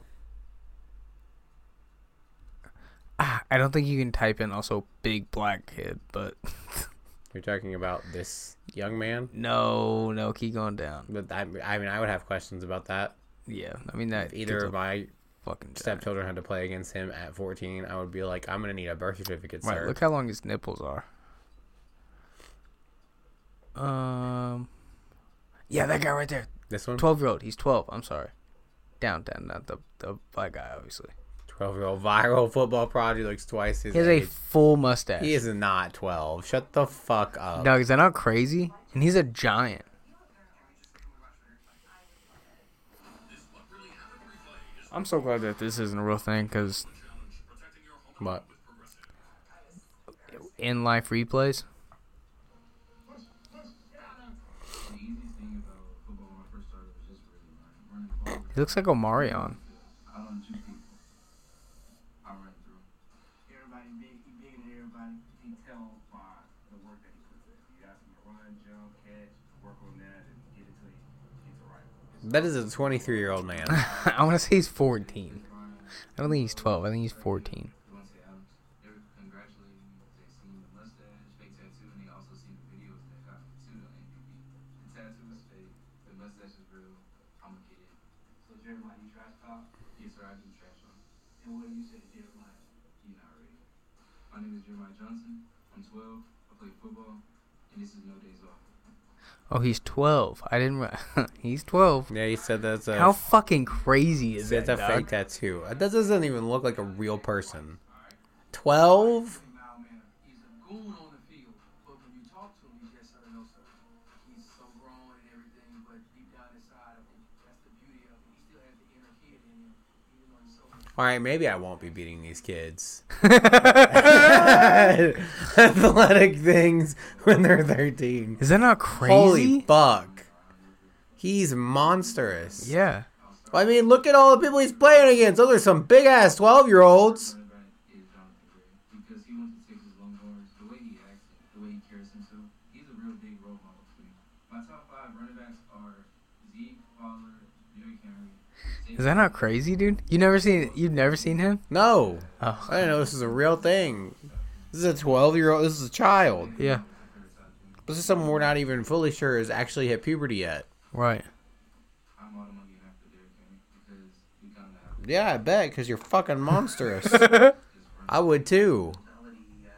S2: Ah, I don't think you can type in also big black kid, but *laughs*
S1: You're talking about this young man,
S2: no, no, keep going down.
S1: but I, I mean, I would have questions about that.
S2: Yeah, I mean that
S1: If either
S2: dude's a
S1: of my
S2: fucking giant.
S1: stepchildren had to play against him at 14, I would be like, I'm gonna need a birth certificate,
S2: Right,
S1: sir.
S2: look how long his nipples are. Um, yeah, that guy right there,
S1: this one,
S2: twelve year old. He's twelve. I'm sorry. Down, down, not the the black guy, obviously.
S1: 12 year old viral football prodigy looks twice his
S2: He has a
S1: age.
S2: full mustache.
S1: He is not 12. Shut the fuck up.
S2: Dog, is that not crazy? And he's a giant. I'm so glad that this isn't a real thing because
S1: But
S2: in life replays. He looks like Omarion.
S4: I run two people. I run through. Everybody big, he bigger than everybody. He tell by the work that he puts in. He asked him to run, jump, catch, work on that, and get it till he gets it right.
S1: that is a 23 year old man.
S2: *sighs* *laughs* I want to say he's 14. I don't think he's 12. I think he's 14.
S4: You want to say Adams? They were congratulating him. They seen the mustache, fake tattoo, and they also seen the videos that got him too on MTV. The tattoo is fake. The mustache is real. I'm gonna get it. So Jeremiah, you trash talk? Yes, sir. I do trash talk. And what do you say to Jeremiah? You not ready. My name is Jeremiah Johnson. I'm 12. I play football, and this is no days off.
S2: Oh, he's 12. I didn't. Re- *laughs* he's 12.
S1: yeah, he said that's a
S2: How fucking crazy is
S1: It's
S2: that?
S1: a
S2: dog?
S1: fake tattoo. That doesn't even look like a real person. Twelve?
S4: He's a goon on the field, but when you talk to him, he's yes sir, no sir. He's so grown and everything, but deep down inside of him, that's the beauty of him. He still has the inner kid in him, even though he's so
S1: All right, maybe I won't be beating these
S2: *laughs*
S1: kids. *laughs* Athletic things when they're thirteen.
S2: Is that not crazy?
S1: Holy fuck! He's monstrous.
S2: yeah.
S1: I mean, look at all the people he's playing against. Those are some big ass twelve year olds.
S4: back is Jonathan Gray because he wants to take his Lombards, the way he acts, the way he carries himself. He's a real big role model for me. My top five running backs are Zeke, Fowler, Derrick Henry.
S2: Is that not crazy, dude? You never seen? You've never seen him?
S1: No,
S2: Oh,
S1: I didn't know this is a real thing. This is a twelve year old. This is a child.
S2: yeah.
S1: This is someone we're not even fully sure has actually hit puberty yet. *laughs*
S2: Right.
S4: I'm automatically after Derrick Henry because we kind of have
S1: Yeah, I bet, because you're fucking
S2: *laughs*
S1: monstrous. I would too.
S4: mentality he has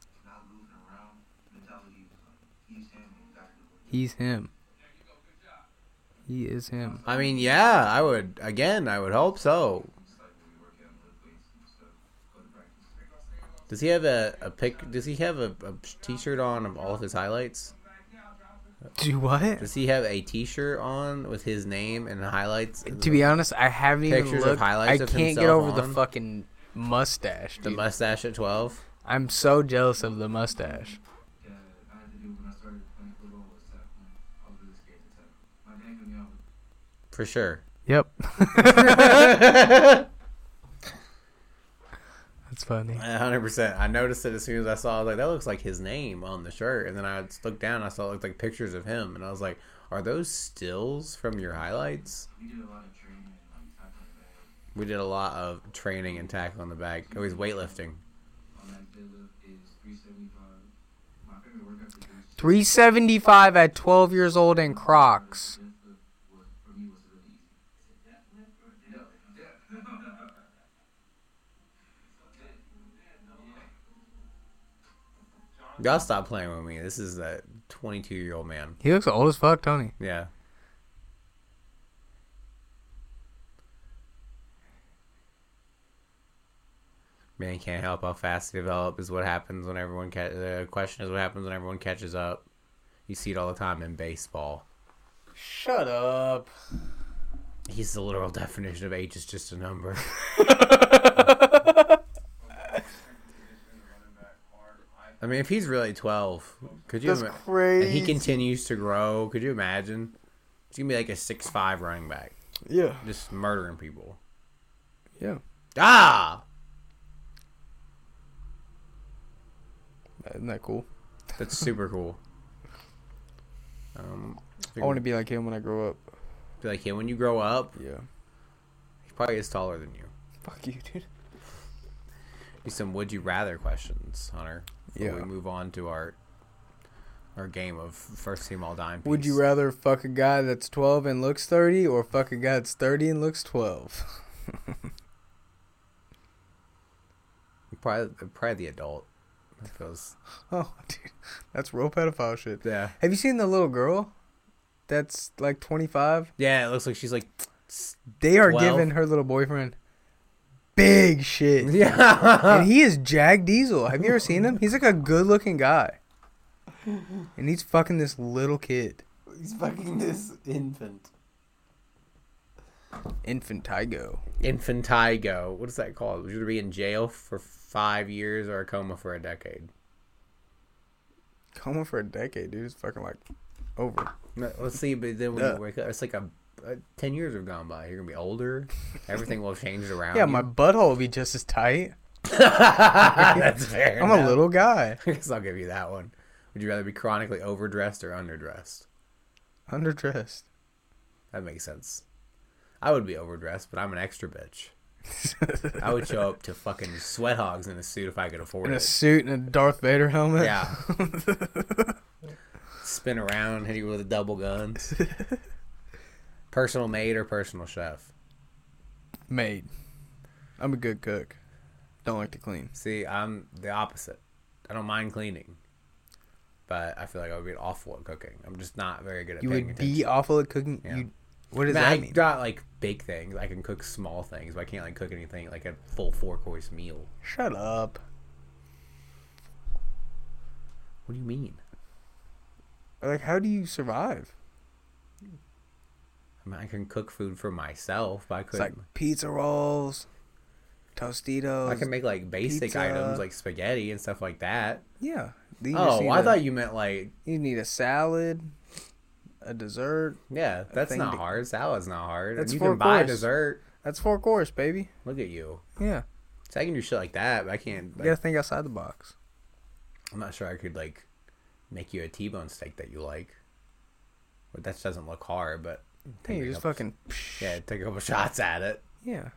S4: is not moving around. Mentality is like, he's him and got to do it.
S2: He's him. He is
S1: *laughs*
S2: him.
S1: I mean, yeah, I would. Again, I would hope so.
S4: It's like when we work out and lift weights and stuff, go to practice.
S1: Does he have a, a pic? Does he have a, a t-shirt on of all of his highlights?
S2: Do what?
S1: Does he have a t-shirt on with his name and highlights?
S2: To be honest, I haven't even
S1: Pictures of
S2: looked.
S1: highlights
S2: I
S1: of
S2: can't get
S1: himself
S2: over the
S1: on?
S2: fucking mustache.
S1: the
S2: dude.
S1: mustache at twelve.
S2: I'm so jealous of the mustache.
S4: Yeah, uh, I had to do when I started playing football was tackling. I was really scared to tackle. My dad got me out
S1: For
S4: with
S2: *laughs*
S1: sure. *laughs* A
S2: Yep. That's funny.
S1: Hundred percent. I noticed it as soon as I saw. I was like, "That looks like his name on the shirt." And then I looked down. And I saw it looked like pictures of him, and I was like, "Are those stills from your highlights?"
S4: we did a lot of training and
S1: We did a lot of
S4: like tackling bag
S1: training and tackle on the bag. It was weightlifting.
S4: on that deadlift is three seventy five. My favorite workout to do is
S2: 375 at 12 years old in Crocs.
S4: deadlift was for me was really easy. No, dead.
S1: Y'all stop playing with me. This is a 22 year old man.
S2: He looks old as fuck, Tony.
S1: Yeah. Man can't help how fast they develop is what happens when everyone ca- the question is what happens when everyone catches up. You see it all the time in baseball.
S2: Shut up.
S1: He's the literal definition of age is just a number. *laughs* I mean, if he's really twelve, could you?
S2: That's
S1: ima-
S2: crazy.
S1: and he continues to grow. Could you imagine? He's gonna be like a six five running back,
S2: Yeah.
S1: just murdering people.
S2: Yeah.
S1: Ah,
S2: Isn't that cool?
S1: that's super cool. Um,
S2: I want to be like him when I grow up.
S1: be like him when you grow up.
S2: Yeah.
S1: He probably is taller than you.
S2: Fuck you, dude.
S1: Be some would you rather questions, Hunter. Before
S2: Yeah.
S1: we move on to our our game of first team all dime.
S2: Would you
S1: piece.
S2: rather fuck a guy that's 12 and looks 30 or fuck a guy that's 30 and looks 12?
S1: probably probably the adult? That feels
S2: *laughs* oh, dude. That's real pedophile shit.
S1: yeah.
S2: Have you seen the little girl that's like 25?
S1: Yeah, it looks like she's
S2: *laughs*
S1: like
S2: They are
S1: 12?
S2: giving her little boyfriend big *laughs* shit.
S1: yeah.
S2: And he is Jag Diesel. Have you ever seen him? He's like a good
S1: *laughs*
S2: looking guy. And he's fucking this little kid.
S5: He's fucking this infant.
S2: Infant Tygo.
S1: Infantigo. What is that called? Would you rather be in jail for five years or a coma for a decade?
S2: Coma for a decade, dude. It's fucking like over.
S1: No, Let's see, but then when
S2: Yeah.
S1: you wake up, it's like a, uh ten years have gone by. You're gonna be
S2: *laughs*
S1: older. Everything will have changed around.
S2: Yeah,
S1: you. *laughs*
S2: my butthole will be just as tight.
S1: That's fair.
S2: I'm a
S1: enough.
S2: little guy.
S1: *laughs* I guess I'll give you that one. Would you rather be chronically overdressed or underdressed?
S2: Underdressed.
S1: That makes sense. I would be overdressed, but I'm an extra
S2: *laughs*
S1: bitch. I would show up to fucking sweat hogs in a suit if I could afford
S2: In a
S1: it.
S2: suit and a Darth Vader helmet.
S1: Yeah. Spin around, hit you with a double
S2: *laughs*
S1: gun. personal maid or personal chef?
S2: *laughs* Made. I'm a good cook. Don't like to clean.
S1: See, I'm the opposite. I don't mind cleaning, but I feel like I would be awful at cooking. I'm just not very good at.
S2: You
S1: paying
S2: would
S1: attention.
S2: be awful at cooking.
S1: Yeah.
S2: You, what does
S1: Man,
S2: that
S1: I
S2: mean?
S1: got like big things. I can cook small things, but I can't like cook anything like a full four course meal.
S2: Shut up.
S1: What do you mean?
S2: Like, how do you survive?
S1: I mean, I can cook food for myself, but I
S2: It's
S1: couldn't.
S2: like pizza rolls, Tostitos.
S1: I can make like basic
S2: pizza.
S1: items like spaghetti and stuff like that.
S2: yeah. You just
S1: Oh,
S2: need
S1: I
S2: a-
S1: thought you meant like
S2: you need a salad, a dessert.
S1: yeah. That's
S2: thing
S1: not
S2: to-
S1: hard. Salad's not hard.
S2: That's
S1: and you
S2: four
S1: can buy
S2: course.
S1: dessert.
S2: That's four course, baby.
S1: Look at you.
S2: Yeah.
S1: So I can do shit like that, but I can't.
S2: You
S1: Like,
S2: gotta think outside the box.
S1: I'm not sure I could like make you a T-bone steak that you like. But that doesn't look hard, but
S2: Hey,
S1: take a
S2: you just
S1: couple-
S2: fucking.
S1: *laughs* yeah, take a couple shots at it.
S2: *laughs* Yeah.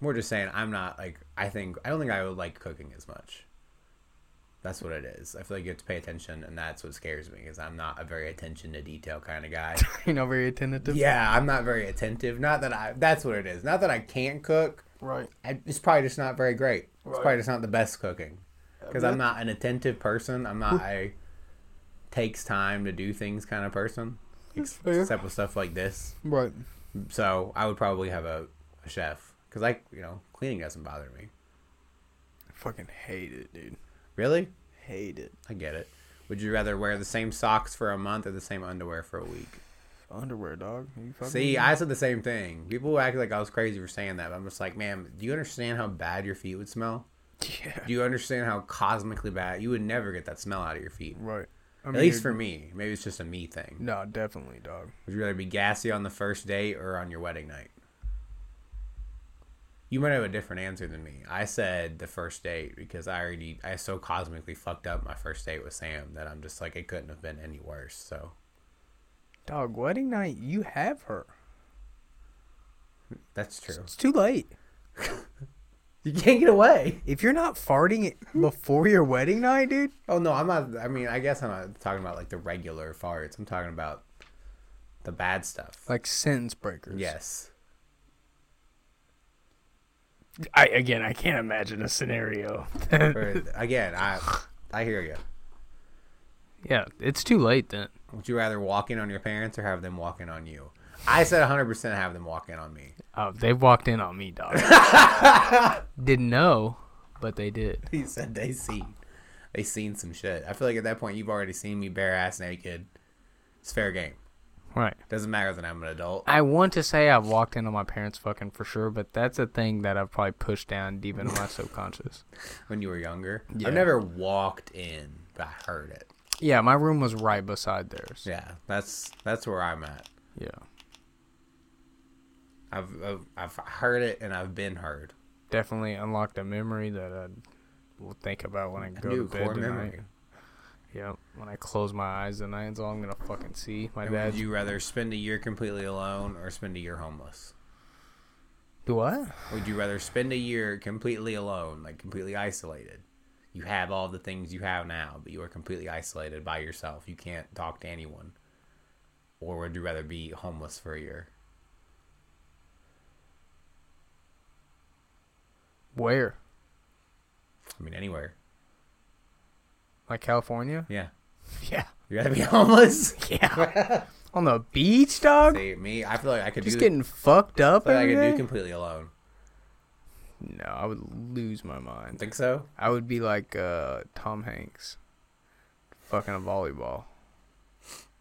S1: We're just saying I'm not like I think I don't think I would like cooking as much. That's what it is. I feel like you have to pay attention, and that's what scares me because I'm not a very attention to detail kind of
S2: *laughs*
S1: guy.
S2: You're not very attentive.
S1: yeah, I'm not very attentive. Not that I. That's what it is. Not that I can't cook.
S5: Right.
S1: I, it's probably just not very great. It's
S5: Right.
S1: probably just not the best cooking because I'm not an attentive person. I'm not a takes time to do things kind of person, ex-
S2: *laughs* fair.
S1: except with stuff like this.
S2: Right.
S1: So I would probably have a, a chef because I, you know, cleaning doesn't bother me.
S2: Fucking hate it, dude.
S1: Really?
S2: Hate it.
S1: I get it. Would you rather wear the same socks for a month or the same underwear for a week?
S2: Underwear, dog. Are you fucking
S1: See, I said the same thing. People act like I was crazy for saying that, but I'm just like, man, do you understand how bad your feet would smell?
S2: *laughs* Yeah.
S1: Do you understand how cosmically bad? You would never get that smell out of your feet.
S2: Right. I
S1: At least for me. Maybe it's just a me
S2: *laughs*
S1: thing.
S2: No, definitely, dog.
S1: Would you rather be gassy on the first date or on your wedding night? You might have a different answer than me. I said the first date because I already I so cosmically fucked up my first date with Sam that I'm just like it couldn't have been any worse. So
S2: Dog, wedding night, you have her.
S1: that's true.
S2: It's too late.
S1: You can't get away.
S2: If you're not farting it before your wedding night, dude,
S1: Oh no, I'm not. I mean, I guess I'm not talking about like the regular farts. I'm talking about the bad stuff.
S2: like sentence breakers.
S1: yes,
S2: I again, I can't imagine a scenario. *laughs*
S1: or, again, I I hear you.
S2: yeah, it's too late then.
S1: Would you rather walk in on your parents or have them walk in on you? I said 100% have them walk in on
S2: *laughs*
S1: me.
S2: Oh, they walked in on
S1: *laughs*
S2: me, dog. Didn't know, but they did.
S1: He said they seen. They seen some shit. I feel like at that point you've already seen me bare ass naked. It's fair game.
S2: Right.
S1: Doesn't matter that I'm an adult.
S2: I want to say I've walked in on my parents fucking for sure, but that's a thing that I've probably pushed down deep into my subconscious.
S1: When you were younger,
S2: Yeah.
S1: I've never walked in, but I heard it.
S2: Yeah, my room was right beside theirs.
S1: Yeah, that's that's where I'm at.
S2: Yeah.
S1: I've I've, I've heard it and I've been heard.
S2: Definitely unlocked a memory that I will think about when I
S1: A
S2: go
S1: new
S2: to bed
S1: core
S2: tonight.
S1: memory.
S2: Yep. When I close my eyes tonight, it's all I'm gonna fucking see. My
S1: And Would
S2: dad's
S1: you rather spend a year completely alone or spend a year homeless?
S2: Do what?
S1: Would you rather spend a year completely alone, like completely isolated? You have all the things you have now, but you are completely isolated by yourself. You can't talk to anyone. Or would you rather be homeless for a year?
S2: Where?
S1: I mean, anywhere.
S2: Like California?
S1: Yeah.
S2: *laughs* Yeah.
S1: You rather be *laughs* homeless?
S2: Yeah. On the beach, dog?
S1: See, me, I feel like I could
S2: Just
S1: do.
S2: getting fucked up.
S1: I feel like I
S2: every
S1: could do
S2: day?
S1: completely alone.
S2: no, I would lose my mind.
S1: Think so?
S2: I would be like uh, Tom Hanks, fucking a volleyball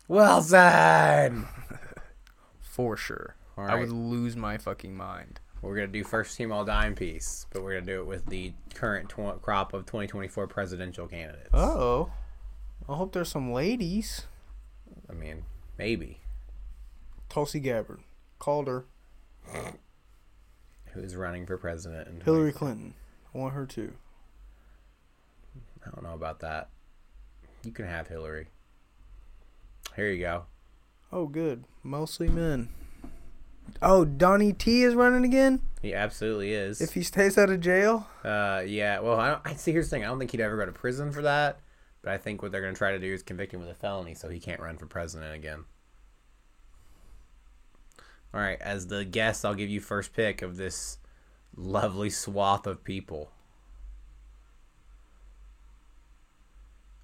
S1: Well done.
S2: for sure.
S1: All
S2: I
S1: right.
S2: would lose my fucking mind.
S1: We're gonna do first team all dime piece, but we're gonna do it with the current tw- crop of 2024 presidential candidates.
S2: Oh, I hope there's some ladies.
S1: I mean, maybe
S2: Tulsi Gabbard, Calder,
S1: who's running for president? And
S2: Clinton. I want her too.
S1: I don't know about that. You can have Hillary. Here you go.
S2: Oh, good. Mostly men. Oh, Donnie T is running again.
S1: He absolutely is.
S2: If he stays out of jail,
S1: uh, yeah. Well, I don't. I see. Here's the thing. I don't think he'd ever go to prison for that. But I think what they're gonna try to do is convict him with a felony, so he can't run for president again. All right. As the guest, I'll give you first pick of this lovely swath of people.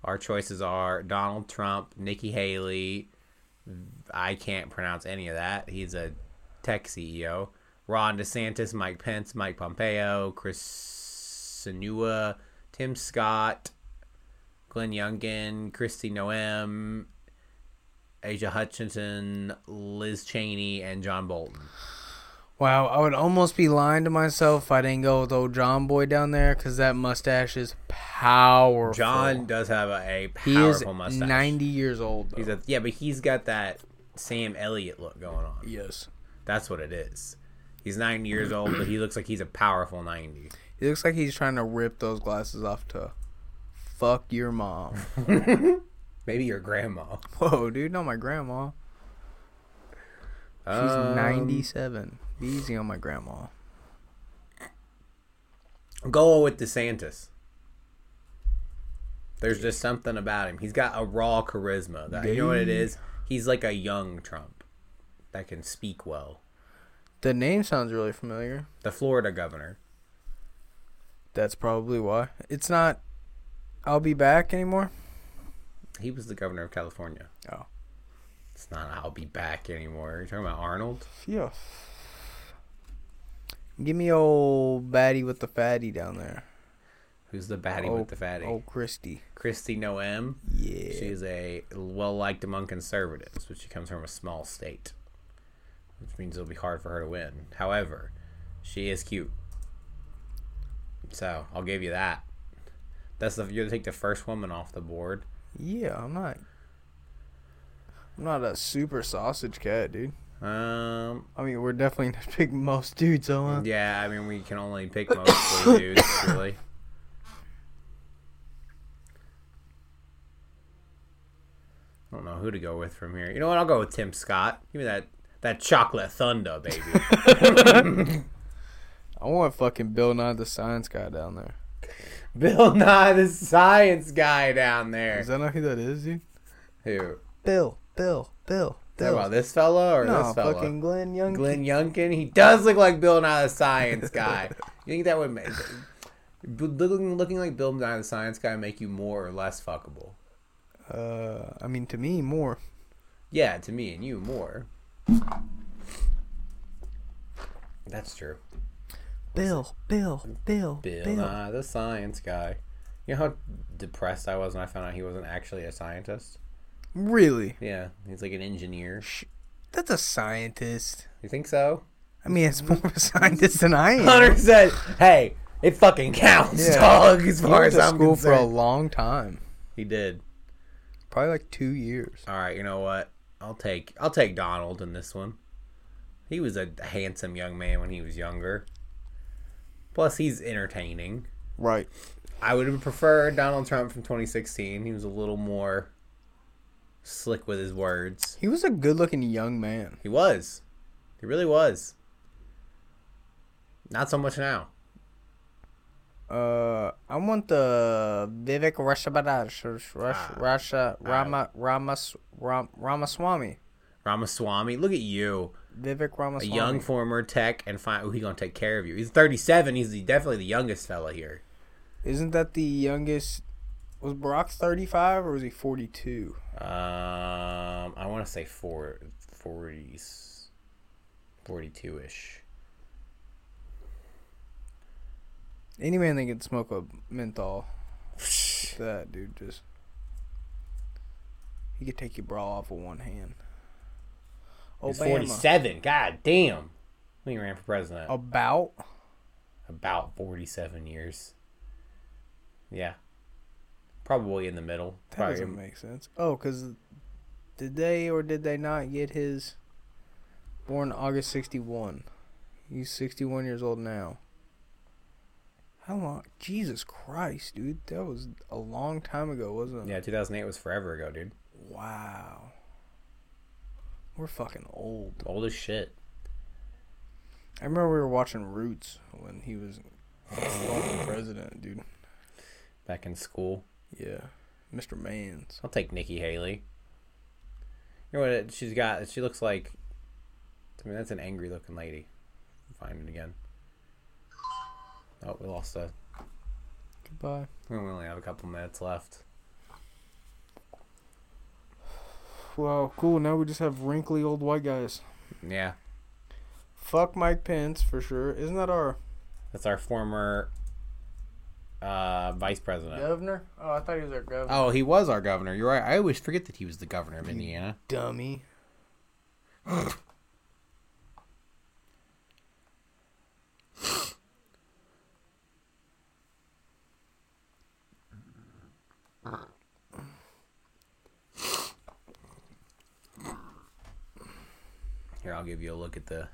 S1: Our choices are Donald Trump, Nikki Haley. I can't pronounce any of that. He's a tech CEO. Ron DeSantis, Mike Pence, Mike Pompeo, Chris Sinua, Tim Scott, Glenn Youngkin, Christy Noem, Asia Hutchinson, Liz Cheney, and John Bolton.
S2: wow, I would almost be lying to myself if I didn't go with old John Boy down there because that mustache is powerful.
S1: John does have a, a
S2: He
S1: powerful
S2: is
S1: mustache.
S2: 90 years old. Though.
S1: He's a, yeah, but he's got that Sam Elliott look going on.
S2: yes.
S1: That's what it is. He's 90 years old, but he looks like he's a powerful 90.
S2: He looks like he's trying to rip those glasses off to fuck your mom.
S1: *laughs* Maybe your grandma.
S2: Whoa, dude, not my grandma. She's
S1: Um,
S2: 97. Be easy on my grandma.
S1: Go with DeSantis. There's just something about him. He's got a raw charisma. That, you know what it is? He's like a young Trump that can speak well.
S2: The name sounds really familiar.
S1: The Florida governor.
S2: That's probably why. It's not I'll be back anymore.
S1: He was the governor of California.
S2: Oh.
S1: It's not I'll be back anymore. Are you talking about Arnold?
S2: Yeah. Give me old baddie with the fatty down there.
S1: Who's the baddie
S2: Old-
S1: with the fatty?
S2: Old Christy.
S1: Christy Noem.
S2: Yeah.
S1: She's a well liked among conservatives, but she comes from a small state, which means it'll be hard for her to win. However, she is cute. So I'll give you that. That's the you're gonna take the first woman off the board.
S2: yeah, I'm not I'm not a super sausage cat, dude.
S1: Um,
S2: I mean, we're definitely gonna pick *laughs* most dudes, huh?
S1: yeah, I mean we can only pick mostly *coughs* dudes, really. I don't know who to go with from here. You know what? I'll go with Tim Scott. Give me that that chocolate thunder, baby.
S2: I want fucking Bill Nye the Science Guy down there.
S1: Bill *laughs* Nye the Science Guy down there.
S2: Is that not who that is, dude?
S1: Who?
S2: Bill, Bill, Bill,
S1: Talking about this fella or
S2: no,
S1: this fella?
S2: fucking Glenn Young.
S1: Glenn Youngkin. He does look like Bill Nye the Science
S2: *laughs*
S1: Guy. you think that would make looking looking like Bill Nye the Science Guy make you more or less fuckable?
S2: Uh, I mean, to me, more.
S1: Yeah, to me and you more. That's true.
S2: Bill, Bill, Bill,
S1: Bill,
S2: Bill.
S1: Nye, the science guy. You know how depressed I was when I found out he wasn't actually a scientist?
S2: Really?
S1: Yeah, he's like an engineer.
S2: Sh- That's a scientist.
S1: You think so?
S2: I mean, it's more of a scientist than I am.
S1: Hunter said, "Hey, it fucking counts,
S2: Yeah.
S1: dog." As
S2: He
S1: far
S2: went
S1: as
S2: to
S1: I'm
S2: school for a
S1: concerned,
S2: long time.
S1: he did.
S2: Probably like two years.
S1: All right, you know what? I'll take I'll take Donald in this one. He was a handsome young man when he was younger. Plus, he's entertaining.
S2: Right.
S1: I would have preferred Donald Trump from 2016. He was a little more slick with his words.
S2: He was a good looking young man.
S1: He was. He really was. Not so much now.
S2: Uh, I want the Vivek Ramaswamy.
S1: Ah,
S2: Rush, Russia, Rama, Ramas, Ram, Ramaswamy.
S1: Ramaswamy, look at you.
S2: Vivek
S1: a
S2: Ramaswamy.
S1: young former tech and find who he gonna take care of you. He's 37. He's the, definitely the youngest fella here.
S2: Isn't that the youngest? Was Barack 35 or was he 42?
S1: Um, I want to say four, 40s, 42 ish.
S2: Any man that can smoke a menthol, that dude just. He could take your bra off with one hand.
S1: He's
S2: Obama.
S1: 47. God damn. When he ran for president,
S2: About?
S1: about 47 years. Yeah, probably in the middle.
S2: That
S1: Probably
S2: doesn't make sense. Oh, because did they or did they not get his born August 61? He's 61 years old now. How long? Jesus Christ, dude. That was a long time ago, wasn't it?
S1: yeah, 2008 was forever ago, dude.
S2: Wow. We're fucking old.
S1: Old as shit.
S2: I remember we were watching Roots when he was fucking president, dude.
S1: Back in school,
S2: Yeah. Mr. Mans.
S1: I'll take Nikki Haley. You know what? it- She's got. She looks like. I mean, that's an angry looking lady. Find it again. Oh, we lost a.
S2: Goodbye.
S1: We only have a couple minutes left.
S2: Wow, cool. Now we just have wrinkly old white guys.
S1: Yeah,
S2: Fuck Mike Pence for sure. Isn't that our
S1: that's our former uh, vice president.
S2: governor? Oh, I thought he was our governor.
S1: Oh, he was our governor. You're right. I always forget that he was the governor of Indiana.
S2: Dummy.
S1: Here, I'll give you a look at the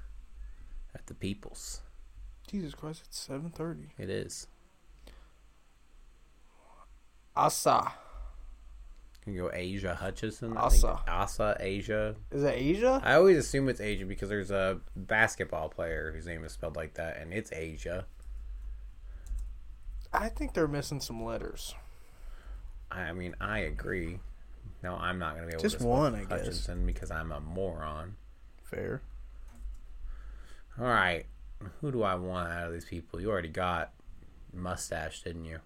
S1: at the peoples.
S2: Jesus Christ, it's seven thirty.
S1: It is.
S2: Asa.
S1: You can go Asia Hutchison.
S2: Asa.
S1: Asa. Asa Asia.
S2: Is that Asia?
S1: I always assume it's Asia because there's a basketball player whose name is spelled like that, and it's Asia.
S2: I think they're missing some letters.
S1: I mean, I agree. No, I'm not gonna be able
S2: Just
S1: to spell
S2: one, I guess.
S1: Hutchison because I'm a moron.
S2: Fair.
S1: All right, who do I want out of these people? You already got mustache, didn't you?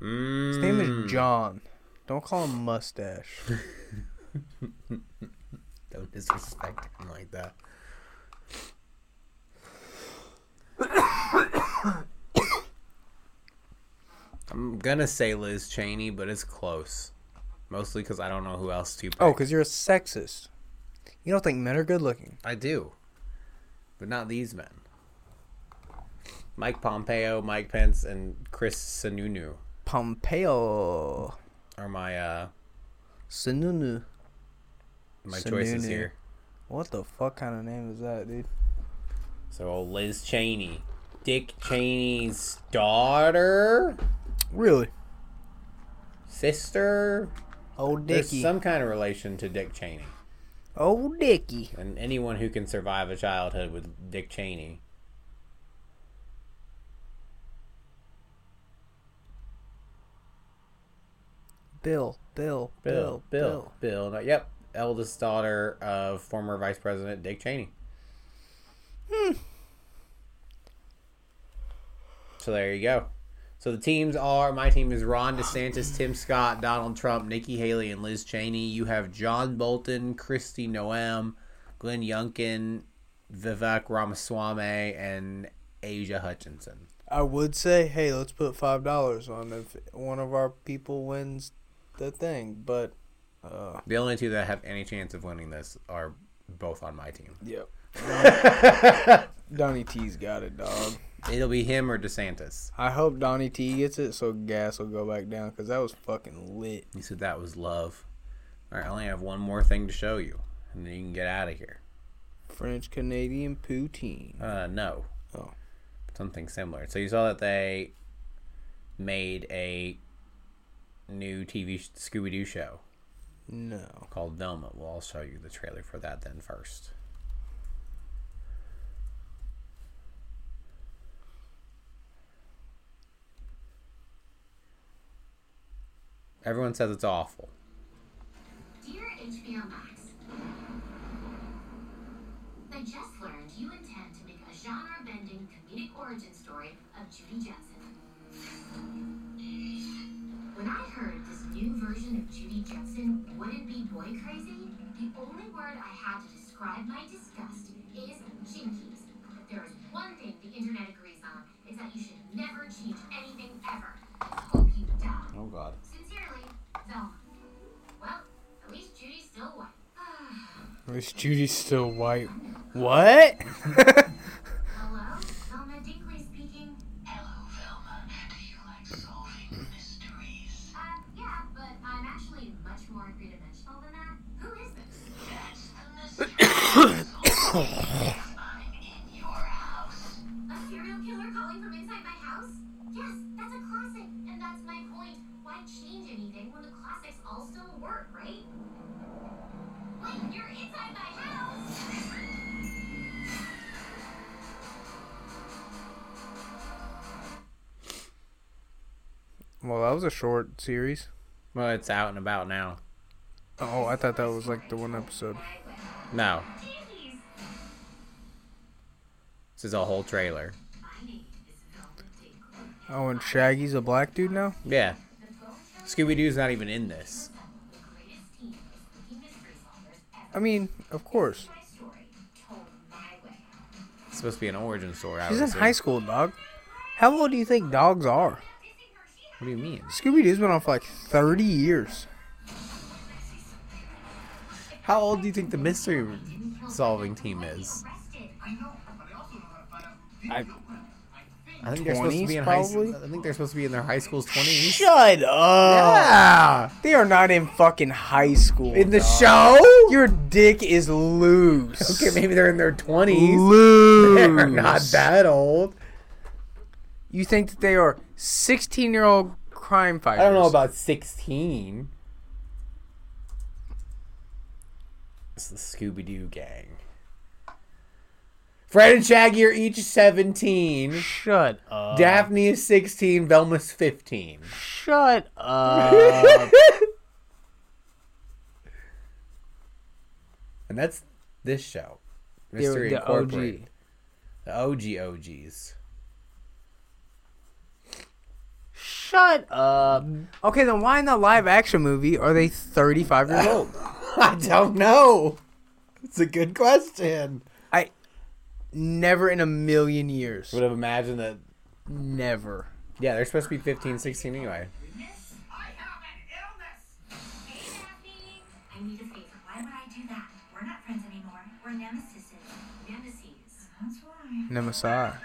S1: Mm.
S2: His name is John. Don't call him mustache.
S1: Don't disrespect him like that. I'm gonna say Liz Cheney, but it's close. Mostly because I don't know who else to pick.
S2: oh, because you're a sexist. You don't think men are good looking.
S1: I do, but not these men. Mike Pompeo, Mike Pence, and Chris Sununu
S2: Pompeo.
S1: are my uh
S2: Sununu.
S1: my choices
S2: Sununu.
S1: here.
S2: What the fuck kind of name is that, dude?
S1: So old Liz Cheney, Dick Cheney's daughter,
S2: Really?
S1: sister,
S2: Old
S1: There's
S2: Dicky.
S1: some kind of relation to Dick Cheney,
S2: Old Dicky.
S1: and anyone who can survive a childhood with Dick Cheney.
S2: Bill, Bill,
S1: Bill, Bill, Bill. no, yep, eldest daughter of former Vice President Dick Cheney. Hmm. So there you go. So the teams are my team is Ron DeSantis, Tim Scott, Donald Trump, Nikki Haley, and Liz Cheney. You have John Bolton, Christy Noem, Glenn Youngkin, Vivek Ramaswamy and Asia Hutchinson.
S2: I would say, hey, let's put five dollars on if one of our people wins the thing, but uh,
S1: The only two that have any chance of winning this are both on my team.
S2: yep. *laughs* Donnie T's got it, dog.
S1: It'll be him or DeSantis.
S2: I hope Donnie T gets it so gas will go back down because that was fucking lit.
S1: You said that was love. All right, I only have one more thing to show you, and then you can get out of here.
S2: French Canadian poutine.
S1: Uh, no.
S2: Oh.
S1: Something similar. So you saw that they made a new TV sh- Scooby Doo show
S2: No. *laughs*
S1: called Velma. Well, I'll show you the trailer for that then first. Everyone says it's awful.
S6: Dear HBO Max, I just learned you intend to make a genre bending comedic origin story of Judy Jetson. When I heard this new version of Judy Jetson wouldn't be boy crazy, the only word I had to describe my disgust is jinkies. If there is one thing the internet agrees on, it's that you should never change anything ever. Hope you die.
S7: Oh god.
S6: Sincerely, Velma. Well, at least Judy's still *sighs* white.
S2: This Judy's still white. What?
S6: Hello? Velma Dinkley speaking.
S3: Hello, Velma. Do you like solving mysteries?
S6: Uh, yeah, but I'm actually much more three-dimensional than that. Who is this?
S3: That's the mystery. *coughs* solved. I'm in your house.
S6: A serial killer calling from inside my house? Yes, that's a classic, and that's my point. Why change anything when the classics all still work, right? Wait, you're inside my house!
S2: Well, that was a short series.
S1: Well, it's out and about now.
S2: Oh, I thought that was like the one episode.
S1: No,
S6: Jeez!
S1: this is a whole trailer.
S6: My name is Velma Dinkley.
S2: Oh, and Shaggy's a black dude now?
S1: Yeah. Scooby Doo's not even in this.
S6: The greatest team of spooky mystery solvers ever.
S2: I mean, of course.
S6: My story, told my way.
S1: It's supposed to be an origin story. I
S2: She's
S1: would
S2: in
S1: assume.
S2: high school, dog. How old do you think dogs are?
S1: What do you mean?
S2: Scooby Doo's been on for like 30 years.
S1: How old do you think the mystery solving team is?
S6: Arrested.
S2: I,
S1: I think they're supposed to
S2: 20s,
S1: be in high
S2: probably?
S1: school. I think they're supposed to be in their high school's twenties.
S2: Shut up!
S1: Yeah,
S2: They are not in fucking high school.
S1: in the
S2: dog.
S1: show.
S2: Your dick is loose.
S1: okay, maybe they're in their twenties.
S2: *laughs* Loose.
S1: They're not that old.
S2: You think that they are 16 year old crime fighters?
S1: I don't know about sixteen. It's the Scooby Doo gang. Fred and Shaggy are each seventeen.
S8: Shut
S1: Uh,
S8: up.
S1: Daphne is sixteen. Velma's *laughs* fifteen. Um,
S8: Shut up.
S1: And that's this show.
S2: They were
S1: Mystery
S2: the
S1: Incorporated.
S2: OG.
S1: The OG OGs.
S8: Shut up.
S1: Um,
S2: Okay, then why in the live action movie are they 35 years old?
S1: *laughs* I don't know. It's a good question.
S2: Never in a million years.
S1: Would have imagined that.
S2: Never.
S1: Yeah, they're supposed to be 15, 16 anyway.
S6: Hey, Daphne. I need a favor. Why would I do that? We're not friends anymore. We're nemesis. Nemesis.
S9: That's why.
S2: Nemesis.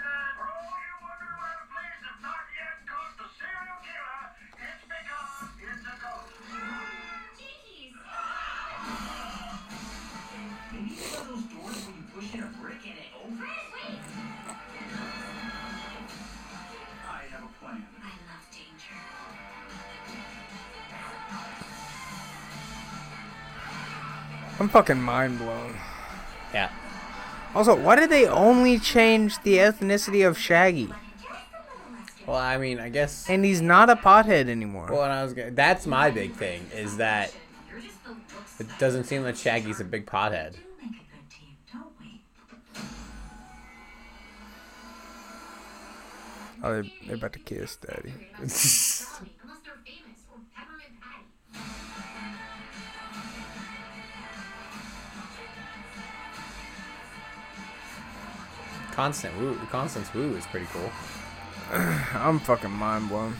S6: Jeez. Wait. I love danger.
S2: I'm fucking mind blown.
S1: Yeah.
S2: Also, why did they only change the ethnicity of Shaggy?
S6: Just a little less good.
S1: Well, I mean, I guess.
S2: And he's not a pothead anymore.
S1: Well, and I was gonna, that's my big thing is that
S6: You're just the looks.
S1: it doesn't seem like Shaggy's a big pothead.
S9: We make a good team, don't we?
S2: Oh, they, they're about to kiss, Daddy.
S6: Unless
S1: *laughs*
S6: they're famous or peppermint patty.
S1: Constant Woo, Constance Woo is pretty cool.
S2: I'm fucking mind blown.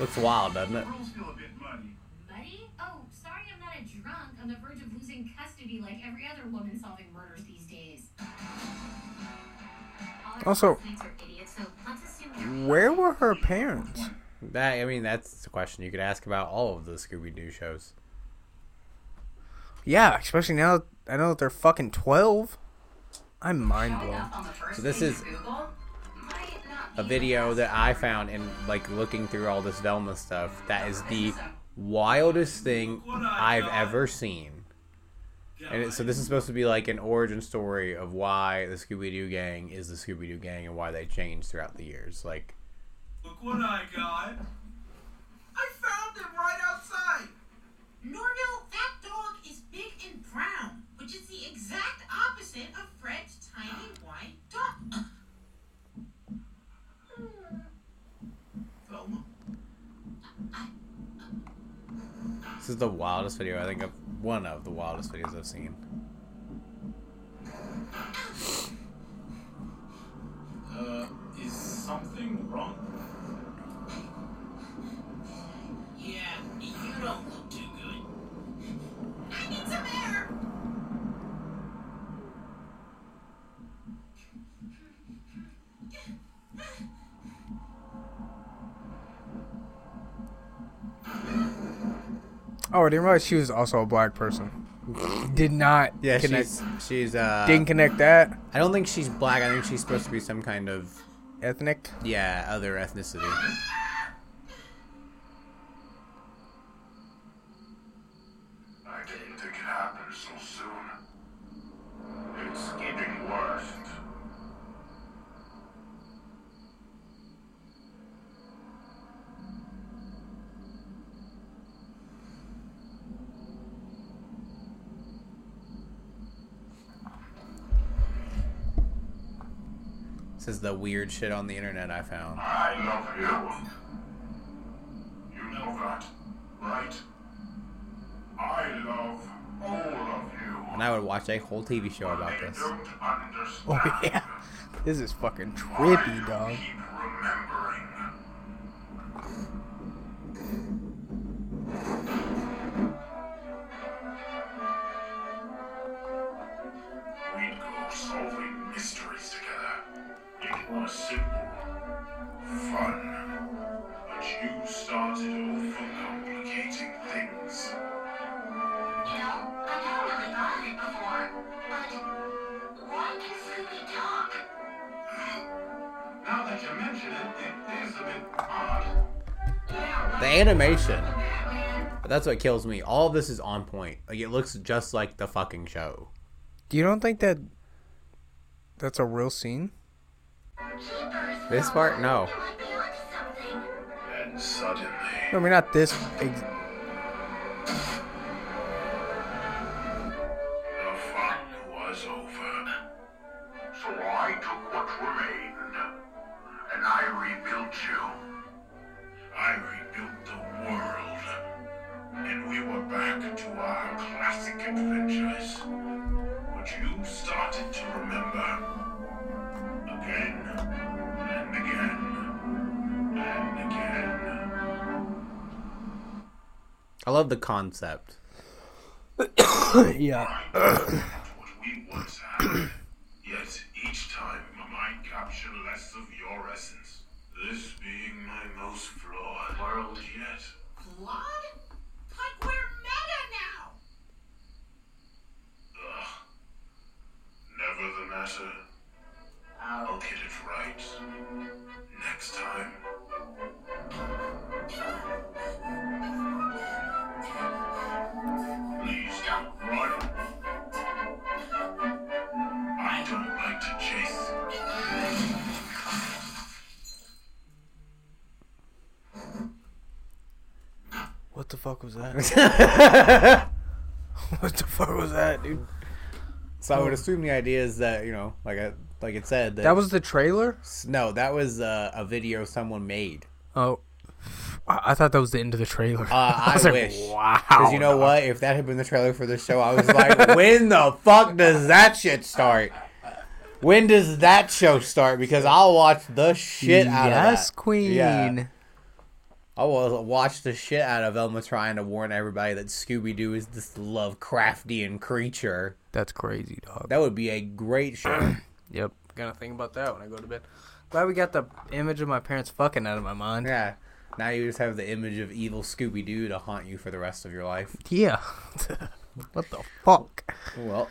S1: Looks wild, doesn't it?
S10: Rules feel a bit muddy.
S6: Buddy? Oh, sorry I'm not a drunk on the verge of losing custody like every other woman solving murders these days. All our
S2: Also-
S6: classmates are idiots, so let's assume they're-
S2: Where were her parents?
S1: That I mean, that's a question you could ask about all of the Scooby Doo shows.
S2: Yeah, especially now that I know that they're fucking 12. I'm mind
S3: Showing
S2: blown.
S3: up on the first
S1: So this
S3: thing
S1: is
S3: you Google might not
S1: A
S3: be
S1: video
S3: the
S1: that
S3: best
S1: I
S3: for
S1: found in like looking through all this Velma stuff. That is the wildest thing I've ever seen. And it, so this is supposed to be like an origin story of why the Scooby Doo gang is the Scooby Doo gang and why they changed throughout the years. Like
S10: Look what I got. I found it right outside.
S11: Norio, that dog is big and brown, which is the exact opposite of Fred's tiny white dog. Hmm.
S10: Velma.
S1: this is the wildest video I think of one of the wildest videos I've seen.
S10: Uh, is something wrong?
S11: Yeah, you don't look too good. I need some air!
S2: Oh, I didn't realize she was also a black person. Did not
S1: Yeah,
S2: connect.
S1: she's she's uh.
S2: Didn't connect that.
S1: I don't think she's black. I think she's supposed to be some kind of
S2: Ethnic.
S1: yeah other ethnicity.
S10: I didn't think it happened so soon. It's getting worse.
S1: This is the weird shit on the internet I found.
S10: I love you. You know that, right? I love all of you.
S1: And I would watch a whole TV show about
S10: They
S1: this.
S10: don't understand.
S2: Oh *laughs* yeah. This is fucking trippy, dog.
S10: Keep remembering. We'd go solving mysteries together. It was simple, fun. But you started overcomplicating things.
S6: You know, I never really thought of it before, but why can Scooby talk?
S10: Now that you mention it, it is a bit odd.
S1: The animation. But that's what kills me. All of this is on point. Like it looks just like the fucking show.
S2: You don't think that that's a real scene?
S6: Keepers,
S1: This part, no.
S6: you might be onto something.
S10: And suddenly.
S2: No, I mean not this. Ex-
S10: The fun was over. So I took what remained, and I rebuilt you. I rebuilt the world, and we were back to our classic adventures, which you started to remember. Again, and again, and again.
S1: I love the concept.
S2: yeah.
S10: what we once had. Yet each time mine capture less of your essence. This being my most flawed world yet.
S11: Blood? Like we're meta now!
S10: Ugh. Never the matter. I'll get it right. Next time. Please don't run. I don't like to chase.
S2: What the fuck was that? what the fuck was that, dude?
S1: So I would assume the idea is that you know, like I like it said that,
S2: Hmm. That was the trailer.
S1: no, that was uh, a video someone
S2: *laughs*
S1: made.
S2: Oh, I, I thought that was the end of the trailer. *laughs*
S1: Uh, I
S2: was
S1: wish.
S2: Wow.
S1: Because you know what? *laughs* If that had been the trailer for this show, I was like, when the fuck does that shit start? When does that show start? Because I'll watch the shit out of that.
S2: yes, queen.
S1: Yeah. I will watch the shit out of Elma trying to warn everybody that Scooby Doo is this Lovecraftian creature.
S2: That's crazy, dog.
S1: That would be a great
S2: *clears throat*
S1: show.
S2: Yep. Gotta think about that when I go to bed. Glad we got the image of my parents fucking out of my mind.
S1: yeah. Now you just have the image of evil Scooby Doo to haunt you for the rest of your life.
S2: Yeah. *laughs* what the fuck?
S1: Well,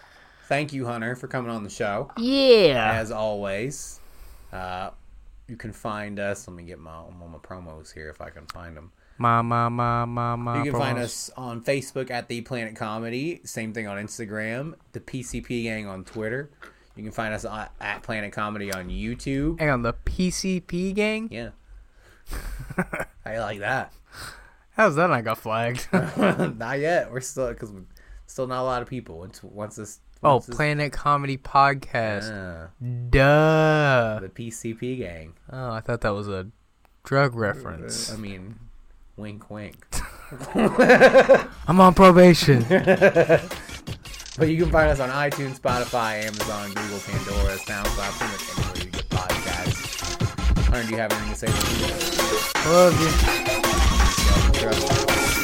S1: thank you, Hunter, for coming on the show.
S2: Yeah.
S1: As always, uh, you can find us. Let me get my all my promos here if I can find them.
S2: Ma ma ma ma ma.
S1: You can find
S2: promos.
S1: us on Facebook at the Planet Comedy. Same thing on Instagram. The PCP Gang on Twitter. You can find us on, at Planet Comedy on YouTube.
S2: Hang on, the PCP gang? *laughs*
S1: Yeah, I like that. *laughs*
S2: How's that I got *laughs* flagged?
S1: not yet. We're still because still not a lot of people. Once once this.
S2: oh,
S1: once this-
S2: Planet Comedy Podcast.
S1: Ah,
S2: Duh.
S1: the PCP Gang.
S2: Oh, I thought that was a drug reference.
S1: I mean, wink, wink.
S2: I'm on
S1: *laughs*
S2: probation.
S1: *laughs* But you can find us on iTunes, Spotify, Amazon, Google, Pandora, SoundCloud, pretty much anywhere you get podcasts. Hunter, do you have anything to say?
S2: Love you.
S1: You're up.